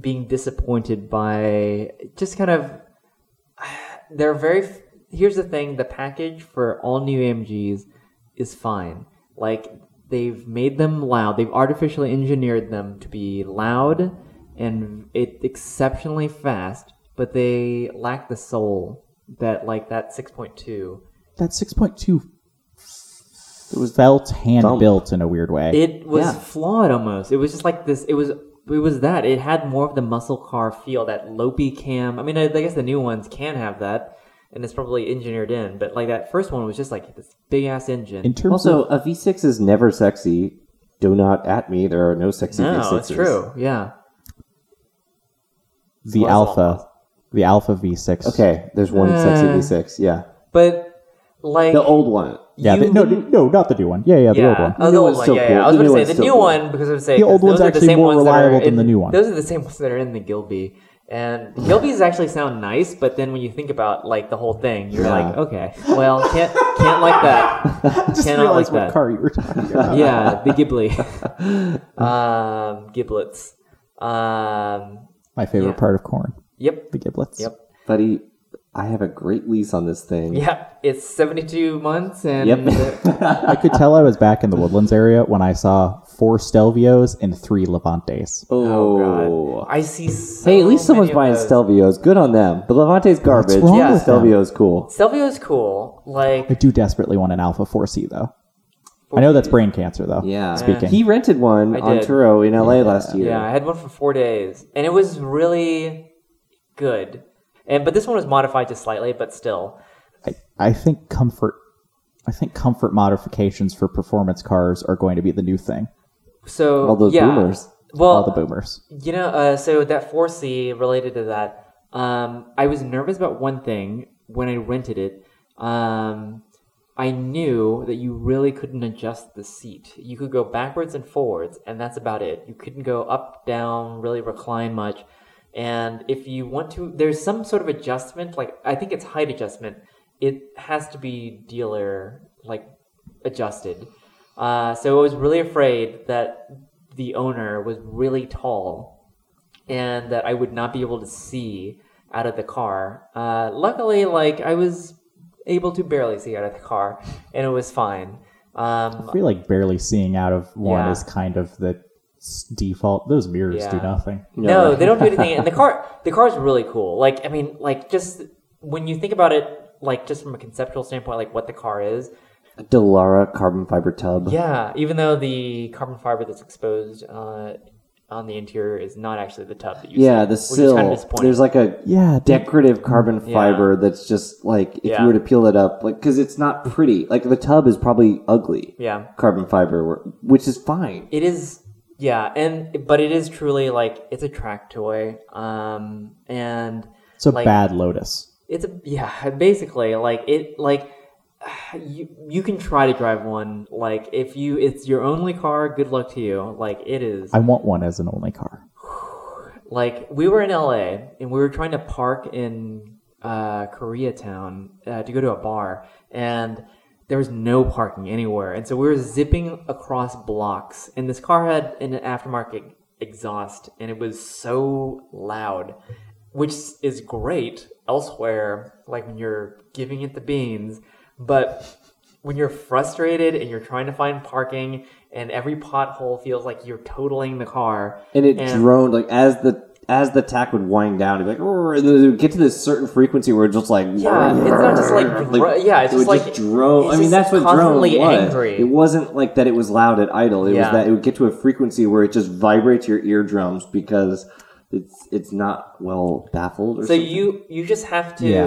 S7: being disappointed by just kind of they're very f- here's the thing, the package for all new AMGs is fine. Like they've made them loud. They've artificially engineered them to be loud and it exceptionally fast, but they lack the soul that like that 6.2
S4: that six point two. It was felt hand built in a weird way.
S7: It was
S3: Yeah.
S7: flawed almost. It was just like this. It was it was that. It had more of the muscle car feel, that lopey cam. I mean, I, I guess the new ones can have that, and it's probably engineered in. But like that first one was just like this big ass engine.
S4: in terms of
S3: Also, a V6 is never sexy. Do not at me. There are no sexy V6s.
S7: no, it's true. Yeah,
S4: the
S7: Well, that's
S4: Alpha, the Alpha V6.
S3: Okay, there's one
S2: Hmm.
S7: Uh,
S3: sexy V6. Yeah,
S7: but like
S3: the old one.
S4: Yeah,
S7: You-
S4: the, no, no, not the new one. Yeah, yeah, the
S2: yeah,
S4: old one.
S2: oh,
S3: The new
S2: the old
S3: one's
S2: one.
S3: still
S2: Yeah,
S3: cool.
S2: yeah. I was
S3: The new
S2: going to say
S3: one's
S2: the
S3: still
S2: new
S3: cool.
S2: one because I was saying
S4: The old
S2: those
S4: one's
S2: are the
S4: actually
S2: same
S4: more
S2: ones that are
S4: reliable than
S2: in-
S4: the new one.
S2: Those are the same ones that are in the Gilby. And Gilbies actually sound nice, but then when you think about like the whole thing, you're
S3: Yeah.
S7: like, okay, well, can't can't like that.
S4: just
S7: Cannot like
S4: realized what
S7: that.
S4: car you were talking about.
S7: yeah, the Ghibli.
S2: um, giblets. Um,
S4: My favorite part of corn,
S2: yep,
S4: the giblets.
S2: Yep.
S3: Buddy, I have a great lease on this thing.
S2: Yeah, it's 72 months and
S3: Yep.
S4: I could tell I was back in the Woodlands area when I saw four Stelvios and three Levantes.
S3: oh.
S2: I see so
S3: hey, at least someone's
S2: many of
S3: buying
S2: those.
S3: Stelvios. Good on them. But Levante's garbage.
S4: wrong
S2: Yeah. with
S4: them?
S3: Stelvio's cool.
S2: Stelvio's cool.
S4: I
S2: Like
S4: do desperately want an Alpha 4C though. I know that's brain cancer though.
S3: Yeah.
S4: Speaking.
S3: He rented one
S2: I
S3: on
S2: did.
S3: Turo in LA last year.
S2: yeah, I had one for 4 days and it was really good. And but this one was modified just slightly, but still.
S4: I, I think comfort. I think comfort modifications for performance cars are going to be the new thing.
S2: So
S3: All those
S2: yeah.
S3: boomers.
S2: Well,
S4: All the boomers.
S2: You know, uh, so that 4C related to that, um, I was nervous about one thing when I rented it. Um, I knew that you really couldn't adjust the seat. You could go backwards and forwards, and that's about it. You couldn't go up, down, really recline much. And if you want to, there's some sort of adjustment, like I think it's height adjustment. It has to be dealer, like adjusted. Uh, so I was really afraid that the owner was really tall and that I would not be able to see out of the car. Uh, luckily, like I was able to barely see out of the car, and it was fine. Um,
S4: I feel like barely seeing out of one
S2: Yeah.
S4: is kind of the s- default. Those mirrors do
S2: Yeah.
S4: nothing.
S2: No, they don't do anything. And the car, the car is really cool. Like, I mean, like just when you think about it, like just from a conceptual standpoint, like what the car is.
S3: Delara carbon fiber tub.
S2: Yeah, even though the carbon fiber that's exposed uh, on the interior is not actually the tub that you
S3: Yeah, the
S2: see, which is
S3: sill.
S2: kind of disappointing.
S3: There's like a
S4: Yeah,
S3: decorative carbon
S2: Yeah.
S3: fiber that's just like if
S2: Yeah.
S3: you were to peel it up, like because it's not pretty. Like the tub is probably ugly.
S2: yeah,
S3: Carbon fiber, which is fine.
S2: it is yeah and but it is truly like it's a track toy um and
S4: It's a
S2: like-
S4: bad Lotus.
S2: it's a yeah basically like it like you you can try to drive one like if you it's your only car good luck to you like it is
S4: I want one as an only car.
S2: like we were in LA and we were trying to park in uh, Koreatown uh, to go to a bar, and there was no parking anywhere, and so we were zipping across blocks, and this car had an aftermarket exhaust, and it was so loud, which is great elsewhere, like when you're giving it the beans, but when you're frustrated and you're trying to find parking. And every pothole feels like you're totaling the car.
S3: And it
S2: And-
S3: droned like as the as the tack would wind down, it'd be like, "Rrr," and then it would get to this certain frequency where it's just like,
S2: Yeah, it's not just like, dro- yeah, it's
S3: it
S2: just
S3: would
S2: like
S3: just drone.
S2: it's
S3: I
S2: just
S3: mean, that's what drone
S2: constantly
S3: was.
S2: angry.
S3: It wasn't like that. It was loud at idle. It
S2: Yeah.
S3: was that it would get to a frequency where it just vibrates your eardrums because it's it's not well baffled. Or
S2: so
S3: something.
S2: you you just have to
S4: Yeah.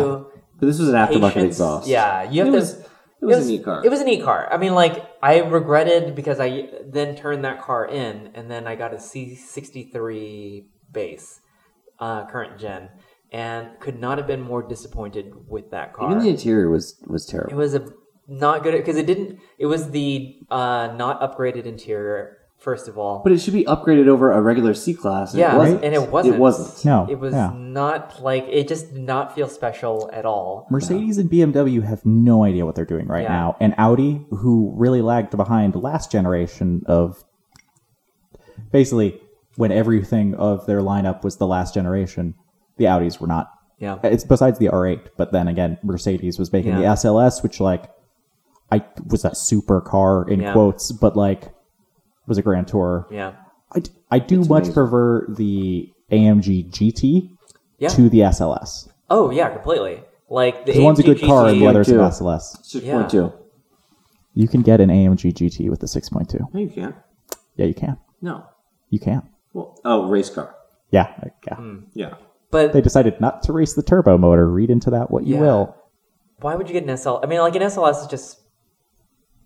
S3: But this was an aftermarket
S2: patience-
S3: exhaust.
S2: Yeah, you have
S3: it
S2: to.
S3: was it was an e car.
S2: It was an e car. I mean, like I regretted because I then turned that car in, and then I got a C sixty three base, uh, current gen, and could not have been more disappointed with that car.
S3: even the interior was was
S2: It
S3: terrible.
S2: was a not good because it didn't. It was the uh, not upgraded interior. First of all,
S3: But it should be upgraded over a regular C class.
S2: Yeah,
S3: it wasn't.
S2: and it wasn't.
S3: It wasn't.
S4: No,
S2: It was
S4: yeah.
S2: not like it just did not feel special at all.
S4: Mercedes and BMW have no idea what they're doing right
S2: Yeah.
S4: now. And Audi, who really lagged behind last generation of basically when everything of their lineup was the last generation, the Audis were not.
S2: Yeah.
S4: It's besides the R8, but then again, Mercedes was making the
S2: Yeah.
S4: SLS, which like I was a supercar in
S2: Yeah.
S4: quotes, but like was a Grand Tour.
S2: Yeah.
S4: I, d- I do much prefer the AMG GT
S2: Yeah.
S4: to the SLS.
S2: Oh yeah, completely. Like the
S4: Because one's a
S2: AMG
S4: good car and the
S2: GT
S4: other's an
S3: too.
S4: SLS.
S3: Six
S2: Yeah.
S3: point two.
S4: You can get an AMG GT with the 6.2.
S3: No, you can't.
S4: Yeah, you can.
S3: No.
S4: You can.
S3: Well, oh, race car.
S4: Yeah, like, yeah.
S2: Hmm.
S3: Yeah.
S2: But
S4: They decided not to race the turbo motor. Read into that what you
S2: Yeah.
S4: will.
S2: why would you get an SL? I mean, like an SLS is just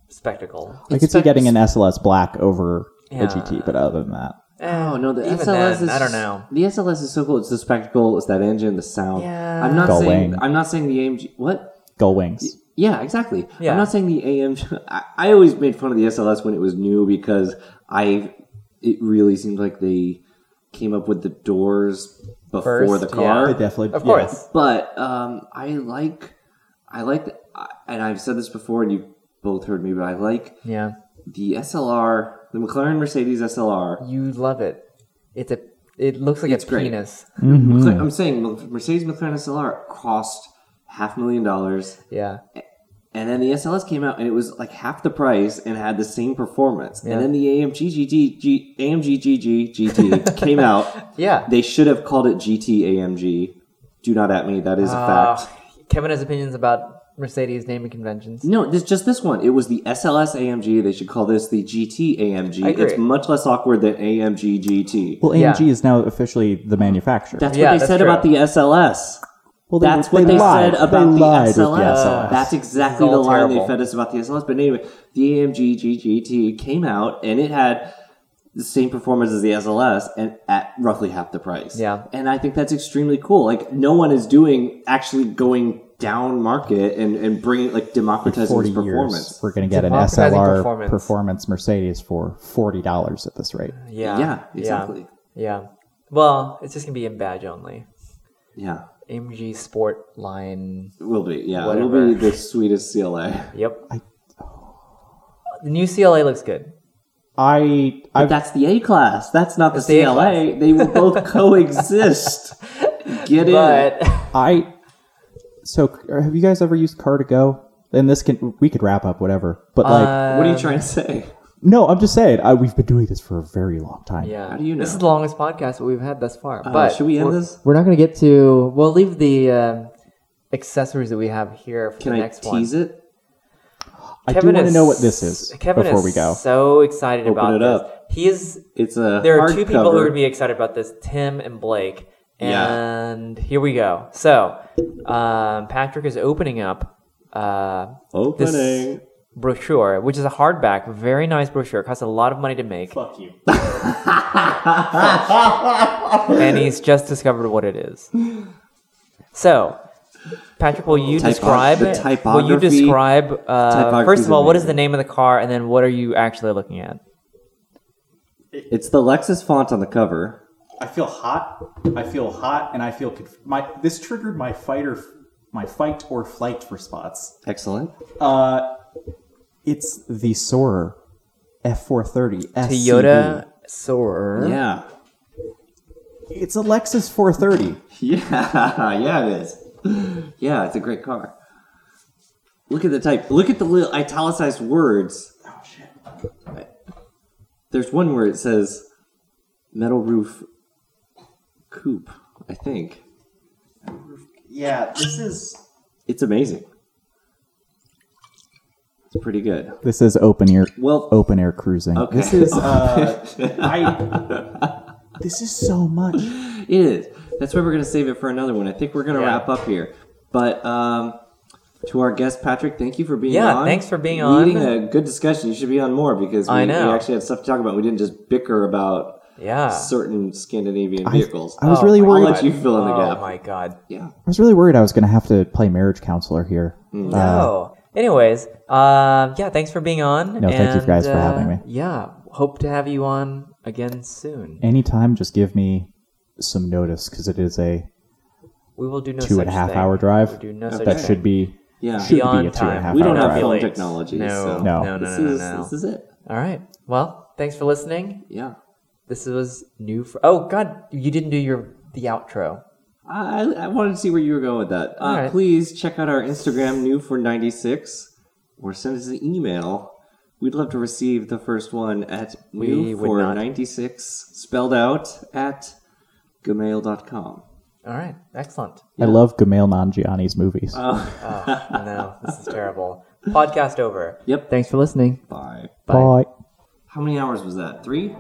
S2: spectacle.
S3: Oh.
S4: I could see getting an SLS black over
S2: Yeah.
S4: a GT, but other than that,
S2: Eh,
S3: Oh no, the
S2: Even
S3: SLS
S2: then,
S3: is
S2: I don't know.
S3: The SLS is so cool. It's the spectacle. It's that engine, the sound.
S2: Yeah.
S3: I'm not
S4: Gull
S3: saying.
S4: wing.
S3: I'm not saying the AMG. What?
S4: gull wings.
S3: Yeah, exactly.
S2: Yeah.
S3: I'm not saying the AMG. I, I always made fun of the SLS when it was new because I. It really seemed like they came up with the doors before
S2: First,
S3: the car.
S2: yeah.
S4: They definitely,
S2: Of
S4: yeah.
S2: course.
S3: But um, I like, I like, the, I- and I've said this before, and you both heard me, but I like
S2: Yeah.
S3: the SLR, the McLaren Mercedes SLR.
S2: You love it. It's a. It looks like a
S3: great.
S2: penis. Hmm.
S3: McLaren- I'm saying Mc- Mercedes McLaren SLR cost half a million dollars,
S2: Yeah.
S3: and then the SLS came out, and it was like half the price and had the same performance.
S2: Yeah.
S3: And then the AMG GT, G, AMG GG GT came out.
S2: Yeah.
S3: They should have called it GT AMG. Do not at me. That is a
S2: Uh,
S3: fact.
S2: Kevin has opinions about Mercedes naming conventions.
S3: No, this just this one. It was the SLS AMG. They should call this the GT AMG.
S2: I agree.
S3: It's much less awkward than AMG GT.
S4: Well,
S2: Yeah.
S4: AMG is now officially the manufacturer.
S3: That's
S2: Yeah,
S3: what they
S2: that's
S3: said
S2: true.
S3: about the SLS.
S4: well, they-
S3: That's what they,
S4: lied.
S3: said about
S4: They
S3: the
S4: lied
S3: SLS.
S4: with the SLS.
S3: That's exactly
S2: It's
S3: the
S2: all
S3: line
S2: terrible.
S3: they fed us about the SLS. But anyway, the AMG GGT came out and it had the same performance as the SLS and at roughly half the price.
S2: Yeah.
S3: And I think that's extremely cool. Like no one is doing actually going down market and, and bringing like democratizing
S4: Forty
S3: its
S4: years,
S3: performance.
S4: we're going to get an
S2: Democratizing
S4: SLR
S2: performance.
S4: performance Mercedes for forty dollars at this rate.
S2: Yeah.
S3: Yeah, exactly.
S2: Yeah. yeah. Well, it's just gonna be in badge only.
S3: Yeah.
S2: MG Sport line.
S3: Will be, yeah.
S2: Whatever.
S3: It'll be the sweetest CLA.
S2: Yep. The new CLA looks good.
S4: I
S3: But
S4: I've
S3: that's the A class. That's not the
S2: the A
S3: CLA. They will both coexist. Get in.
S2: but
S4: I so have you guys ever used Car to Go? And this can we could wrap up whatever,
S3: Uh,
S4: but like
S3: What are
S2: um,
S3: you trying to say?
S4: no, I'm just saying I, we've been doing this for a very long time.
S2: yeah,
S3: How do you
S2: This
S3: know?
S2: is the longest podcast we've had thus far.
S3: Uh,
S2: but
S3: should we end
S2: we're-
S3: this?
S2: We're not going to get to. We'll leave the um accessories that we have here for
S3: Can
S2: the
S3: I
S2: next
S3: tease
S2: one.
S3: it?
S4: I
S2: Kevin
S4: do want to
S2: is-
S4: know what this is
S2: Kevin
S4: before
S2: is
S4: we go.
S2: So excited
S3: Open
S2: about
S3: it
S2: this.
S3: up.
S2: He is.
S3: It's a
S2: There are
S3: hardcover.
S2: two people who are going to be excited about this: Tim and Blake.
S3: Yeah.
S2: And here we go. So, um, Patrick is opening up. Uh,
S3: opening.
S2: this brochure, which is a hardback, very nice brochure. Costs a lot of money to make. Fuck you. and he's just discovered what it is. So, Patrick, will you
S3: Typo-
S2: describe
S3: the
S2: it? Will you
S3: typography-
S2: describe uh,
S3: typography
S2: first
S3: is
S2: of all what is the
S3: amazing.
S2: name of the car, and then what are you actually looking at?
S3: It's the Lexus font on the cover.
S4: I feel hot. I feel hot, and I feel conf- my. This triggered my fight or my fight or flight response.
S3: Excellent.
S4: Uh, it's the Soarer F430 SCV.
S2: Toyota Soarer.
S3: Yeah.
S4: It's a Lexus 430.
S3: Yeah, yeah, it is. Yeah, it's a great car. Look at the type. Look at the little italicized words. Oh shit! There's one where it says metal roof coupe. I think
S4: Yeah, this is
S3: it's amazing. It's pretty good.
S4: this is open air
S3: Well,
S4: open air cruising.
S3: Okay.
S4: This is uh, I, this is so much.
S3: it is. That's why we're gonna save it for another one. I think we're gonna
S2: Yeah.
S3: wrap up here. But um, to our guest Patrick, thank you for being
S2: Yeah,
S3: on.
S2: thanks for being
S3: Leading
S2: on.
S3: a good discussion. You should be on more because we,
S2: I know. Ah.
S3: we actually had stuff to talk about. We didn't just bicker about
S2: Yeah.
S3: certain Scandinavian
S4: I,
S3: vehicles.
S4: I was
S2: Oh
S4: really
S2: my
S4: worried.
S3: I'll let you fill in the
S2: Oh
S3: gap.
S2: my god.
S3: Yeah,
S4: I was really worried I was going to have to play marriage counselor here.
S2: Hmm.
S4: Uh,
S2: No. Anyways, um, yeah, thanks for being on.
S4: No, thank you
S2: and,
S4: guys for
S2: uh,
S4: having me.
S2: Yeah, hope to have you on again soon.
S4: Anytime, just give me some notice because it is a
S2: We will do no
S4: two
S2: such
S4: and a half
S2: thing.
S4: hour drive.
S2: We do no such
S4: that
S2: thing.
S4: should be
S3: yeah.
S4: should be a
S2: Beyond
S4: two and a
S2: time.
S4: half
S3: we
S4: hour
S3: don't have
S4: drive.
S3: film
S2: Calculates.
S3: technology,
S2: No, no,
S3: so
S4: No.
S2: no, no,
S3: this
S2: no,
S3: is
S2: no.
S3: this is it.
S2: All right. Well, thanks for listening.
S3: Yeah,
S2: This was new. For- oh God, you didn't do your the outro.
S3: I, I- I wanted to see where you were going with that. Uh,
S2: All right.
S3: Please check out our Instagram, new for ninety six, or send us an email. We'd love to receive the first one at
S2: We
S3: new
S2: would
S3: for
S2: not.
S3: ninety six spelled out at gmail.com.
S2: All right. Excellent.
S4: I love Gamal Nanjiani's movies.
S2: Oh no, this is terrible. Podcast over.
S3: Yep.
S2: Thanks for listening.
S3: Bye.
S4: Bye.
S3: How many hours was that? Three?